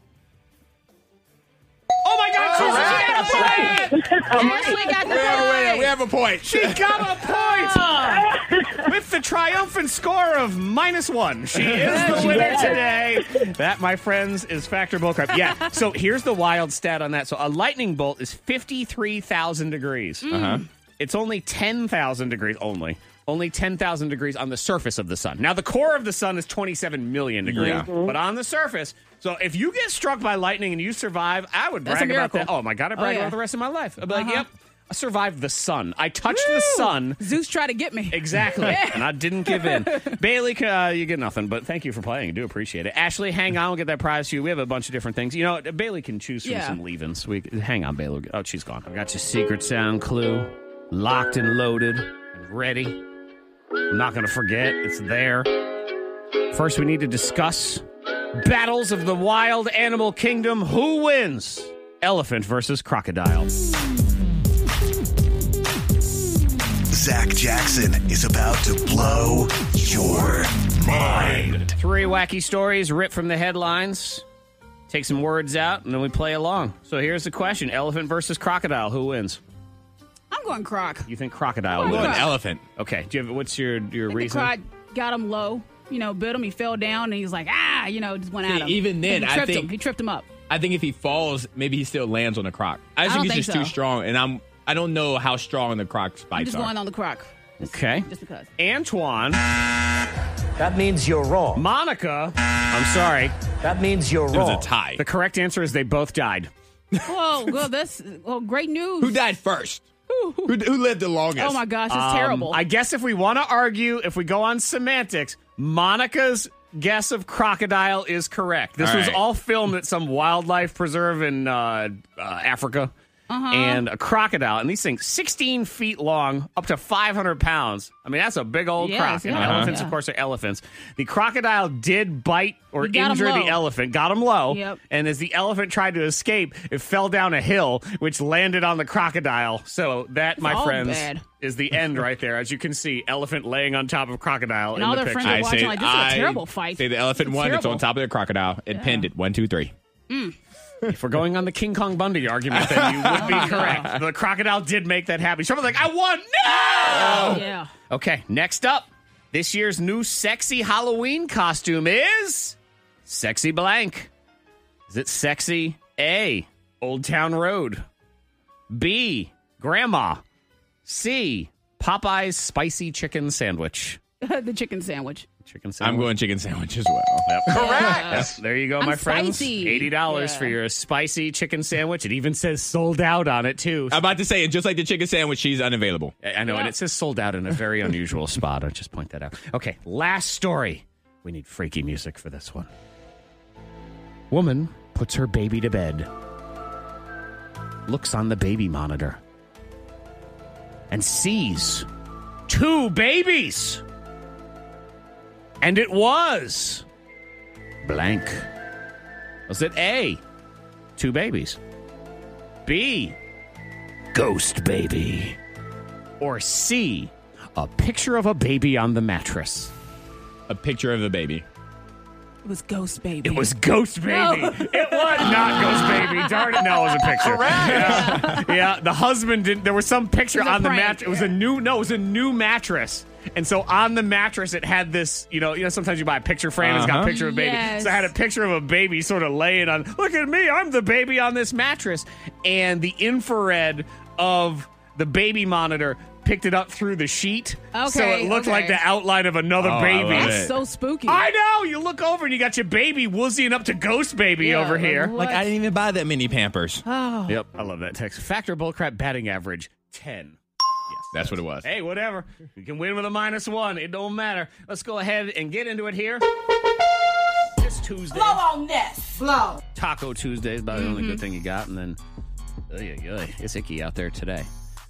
A: Oh my God!
D: Oh,
A: Susan,
D: right.
A: she got a point.
D: Ashley got the We have a winner. point. We have a point.
A: She got
C: Ah!
A: a point with the triumphant score of minus one. She is the winner today. That, my friends, is factor bullcrap. Yeah. So here's the wild stat on that. So a lightning bolt is fifty-three thousand degrees.
C: Uh-huh.
A: It's only ten thousand degrees only. Only ten thousand degrees on the surface of the sun. Now the core of the sun is twenty-seven million degrees,
C: Yeah. Mhm.
A: but on the surface. So if you get struck by lightning and you survive, I would
C: That's a
A: brag about
C: miracle.
A: that. Oh my god, I
C: Oh,
A: brag
C: yeah.
A: about the rest of my life. I'd be like,
E: Uh-huh.
A: yep, I survived the sun. I touched the sun.
E: Zeus tried to get me.
A: Exactly.
E: Yeah.
A: And I didn't give in. Bailey, uh, you get nothing, but thank you for playing. I do appreciate it. Ashley, hang on. We'll get that prize to you. We have a bunch of different things. You know, Bailey can choose from
E: Yeah.
A: some leave ins. We Hang on, Bailey. Oh, she's gone. I got your secret sound clue locked and loaded and ready. I'm not going to forget. It's there. First, we need to discuss battles of the wild animal kingdom. Who wins? Elephant versus crocodile.
H: Zach Jackson is about to blow your mind.
A: Three wacky stories ripped from the headlines. Take some words out, and then we play along. So here's the question: Elephant versus crocodile. Who wins?
E: I'm going croc.
A: You think crocodile?
E: I'm
A: wins?
E: going croc.
C: elephant.
A: Okay. Do you have what's your your
E: The
A: reason?
E: crowd got him low, you know, bit him. He fell down, and he's like, ah, you know, just went
C: See,
E: at him.
C: even then,
E: he
C: I
E: tripped
C: think-
E: him. he tripped him up.
C: I think if he falls, maybe he still lands on a croc. I,
E: I
C: just
E: don't
C: think he's
E: think
C: just
E: so.
C: too strong, and I'm I don't know how strong the croc
E: I'm
C: spikes
E: just
C: are.
E: going on the croc,
A: okay.
E: just because.
A: Antoine. That means you're wrong. Monica. I'm sorry. That means you're
C: was wrong. a tie.
A: The correct answer is they both died.
E: Whoa, Oh, well, that's well, great news. Who
C: died first?
E: Who,
C: lived the longest?
E: Oh my gosh, it's
A: Um,
E: terrible.
A: I guess if we want to argue, if we go on semantics, Monica's guess of crocodile is correct. This
C: All
A: was
C: right.
A: all filmed at some wildlife preserve in uh, uh, Africa.
E: Uh-huh.
A: and a crocodile, and these things 16 feet long, up to 500 pounds. I mean, that's a big old
E: Yes,
A: croc. And
E: yeah. Uh-huh.
A: elephants,
E: Yeah.
A: of course, are elephants. The crocodile did bite or
E: He got 'em
A: injure
E: low.
A: the elephant, got him low,
E: Yep.
A: and as the elephant tried to escape, it fell down a hill, which landed on the crocodile. So that, my
E: all
A: friends.
E: bad.
A: Is the end right there? As you can see, elephant laying on top of crocodile
E: And
A: in
E: all
A: the
E: their
A: picture.
E: friends are watching like, this is a terrible fight.
C: Say the elephant
E: It's
C: won. It's
E: terrible.
C: on top of the crocodile. It pinned it. One, two, three.
E: Mm.
A: if we're going on the King Kong Bundy argument, then you would be correct. The crocodile did make that happy. Someone's like, I won. No!
E: Yeah.
A: Okay, next up, this year's new sexy Halloween costume is sexy blank. Is it sexy A, Old Town Road, B, Grandma, C, Popeye's spicy chicken sandwich?
E: the chicken sandwich.
A: Chicken sandwich.
C: I'm going chicken sandwich as well.
E: Correct.
A: Yep, there you go,
E: I'm
A: my friends.
E: spicy.
A: Eighty dollars for your spicy chicken sandwich. It even says sold out on it too.
C: I'm about to say, and just like the chicken sandwich, she's unavailable.
A: I know, and it says sold out in a very unusual spot. I'll just point that out. Okay, last story. We need freaky music for this one. Woman puts her baby to bed, looks on the baby monitor, and sees two babies. And it was blank. Was it A, two babies? B, ghost baby? Or C, a picture of a baby on the mattress?
C: A picture of the baby.
E: It was Ghost Baby.
A: It was Ghost Baby.
E: No.
A: It was not Ghost Baby. Darn it, no, it was a picture. Yeah. Yeah, the husband didn't. There was some picture
E: It was a
A: on the
E: prank.
A: mattress. It was a new, no, it was a new mattress. And so on the mattress, it had this, you know, you know, sometimes you buy a picture frame, it's got a
D: Uh-huh.
A: picture of a baby.
D: Yes.
A: So I had a picture of a baby sort of laying on, look at me, I'm the baby on this mattress. And the infrared of the baby monitor picked it up through the sheet. so
E: Okay,
A: it looked like
E: okay.
A: the outline of another
C: Oh, I
A: baby.
C: love
E: That's so spooky.
A: I know. You look over and you got your baby woozying up to Ghost Baby
E: Yeah,
A: over here.
E: like, Like, what?
C: I didn't even buy that many Pampers.
E: Oh.
A: Yep, I love that text. Factor bullcrap batting average ten.
C: That's what it was.
A: Hey, whatever. You can win with a minus one. It don't matter. Let's go ahead and get into it here. It's Tuesday.
D: Blow on this. Blow.
A: Taco Tuesday is about the
E: Mm-hmm.
A: only good thing you got, and then oy, oy, oy, it's icky out there today.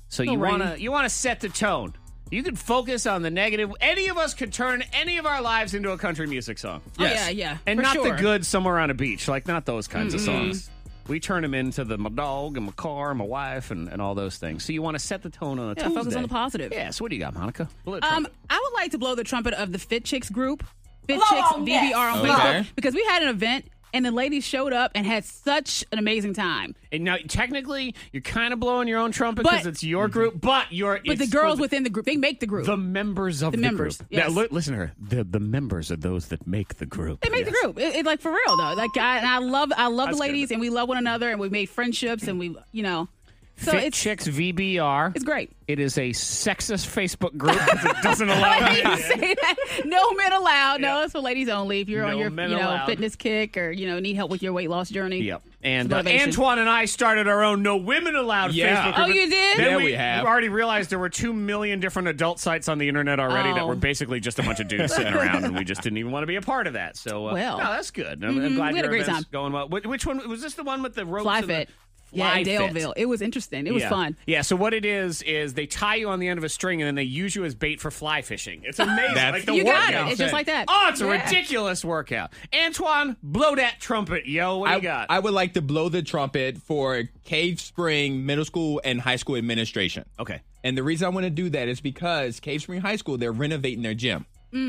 A: So
D: Little
A: you
D: rainy.
A: wanna you wanna set the tone. You could focus on the negative. Any of us could turn any of our lives into a country music song.
E: Oh, yeah, yeah.
A: And
E: for
A: not
E: sure.
A: the good somewhere on a beach, like not those kinds
E: Mm-mm.
A: of songs. We turn them into the my dog and my car, and my wife, and, and all those things. So you want to set the tone on a
E: Yeah,
A: Tuesday.
E: focus on the positive.
A: Yes. What do you got, Monica? Blow the
E: Um,
A: trumpet.
E: I would like to blow the trumpet of the Fit Chicks group, Fit
D: Blow
E: Chicks
D: on
E: VBR on
A: this.
E: Facebook,
A: Okay.
E: because we had an event and the ladies showed up and had such an amazing time.
A: and now technically you're kind of blowing your own trumpet
E: But-
A: because it's your group, but you're
E: But the
A: it's
E: girls
A: for
E: within the group, they make the group.
A: the members of
E: The
A: the,
E: members,
A: group.
E: yes.
A: Now, li- listen to her. The the members are those that make the group.
E: They make
A: Yes.
E: the group. It, it, like for real though. Like I, and I love, I love
A: That's
E: the ladies, and we love one another, and we made friendships, and we, you know, so
A: Fit
E: it's
A: Chicks VBR.
E: it's great.
A: It is a sexist Facebook group that doesn't allow
E: You say that. No men allowed. No, it's for ladies only. If you're
A: No
E: on your,
A: men
E: you know,
A: allowed.
E: fitness kick or you know need help with your weight loss journey.
A: Yep. And
E: It's
A: uh,
E: motivation.
A: Antoine and I started our own No Women Allowed
E: Yeah.
A: Facebook group.
E: Oh, you did?
A: Then
E: Yeah,
A: we,
E: we have.
A: we already realized there were two million different adult sites on the internet already that
E: Oh.
A: were basically just a bunch of dudes sitting around, and we just didn't even want to be a part of that. So, uh,
E: Well.
A: no, that's good. I'm, I'm
E: Mhm.
A: glad
E: We had
A: your
E: a great
A: event's
E: time.
A: going well. Wh- Which one was this? The one with the ropes?
E: Fly
A: and the-
E: Fit. Yeah, in
A: Fly Fit.
E: Daleville. It was interesting. It was
A: Yeah.
E: fun.
A: Yeah. So what it is is they tie you on the end of a string and then they use you as bait for fly fishing. It's amazing.
D: That's-
A: like the
E: you got
A: workout.
E: it. It's just like that.
A: Oh, it's a
E: Yeah.
A: ridiculous workout. Antoine, blow that trumpet, yo. What do
C: I,
A: you got?
C: I would like to blow the trumpet for Cave Spring Middle School and High School Administration.
A: Okay.
C: And the reason I want to do that is because Cave Spring High School, they're renovating their gym.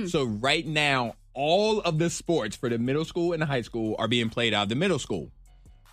C: So right now, all of the sports for the middle school and the high school are being played out of the middle school.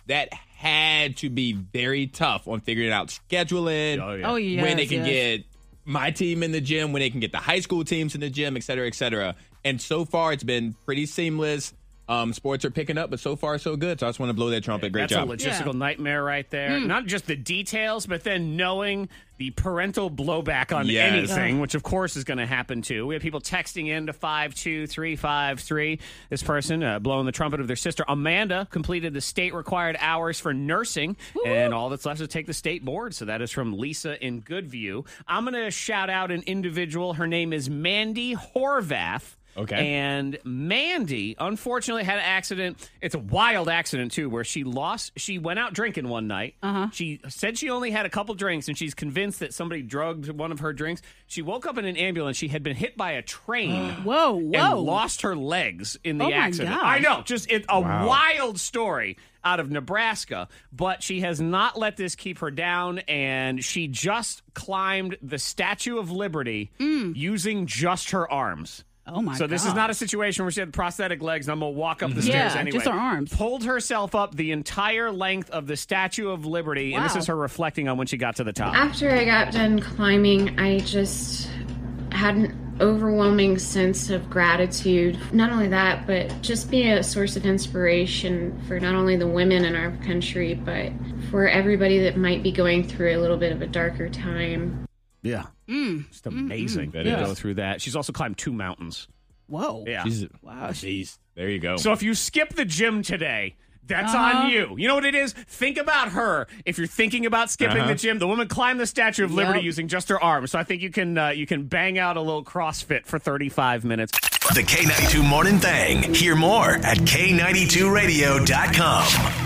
C: That had to be very tough on figuring out scheduling,
E: yeah. Oh, yes,
C: when they can
E: yes.
C: get my team in the gym, when they can get the high school teams in the gym, et cetera, et cetera. And so far, it's been pretty seamless. Um, sports are picking up, but so far, so good. So I just want to blow that trumpet. Great
A: That's
C: job.
A: a logistical nightmare right there. Not just the details, but then knowing the parental blowback on
C: Yes.
A: anything, which of course is going to happen too. We have people texting in to 52353. This person uh, blowing the trumpet of their sister. Amanda completed the state required hours for nursing, and all that's left is take the state board. So that is from Lisa in Goodview. I'm going to shout out an individual. Her name is Mandy Horvath. Okay. And Mandy, unfortunately, had an accident. It's a wild accident too, where she lost. She went out drinking one night. Uh-huh. She said she only had a couple drinks, and she's convinced that somebody drugged one of her drinks. She woke up in an ambulance. She had been hit by a train.
E: whoa, whoa.
A: And lost her legs in the
E: Oh my
A: accident.
E: gosh.
A: I know, just it, a
E: Wow.
A: wild story out of Nebraska, but she has not let this keep her down, and she just climbed the Statue of Liberty
E: Mm.
A: using just her arms.
E: Oh my
A: So this is not a
E: gosh.
A: situation where she had prosthetic legs. and I'm gonna walk up the
E: Mhm.
A: stairs
E: Yeah,
A: anyway.
E: just her arms.
A: Pulled herself up the entire length of the Statue of Liberty, and this
U: Wow.
A: is her reflecting on when she got to the top.
E: Ah.
U: After I got done climbing, I just had an overwhelming sense of gratitude. Not only that, but just be a source of inspiration for not only the women in our country, but for everybody that might be going through a little bit of a darker time.
A: Yeah, just amazing
C: mm. That
A: to
C: is.
A: go through that. She's also climbed two mountains.
E: Whoa.
A: Yeah.
E: Wow.
C: Jeez. There you go.
A: So if you skip the gym today, that's
E: Uh-huh.
A: on you. You know what it is? Think about her. If you're thinking about skipping
C: Uh-huh.
A: the gym, the woman climbed the Statue of Liberty
C: Yep.
A: using just her arms. So I think you can uh, you can bang out a little CrossFit for 35 minutes.
H: The K92 Morning Thing. Hear more at K92Radio.com.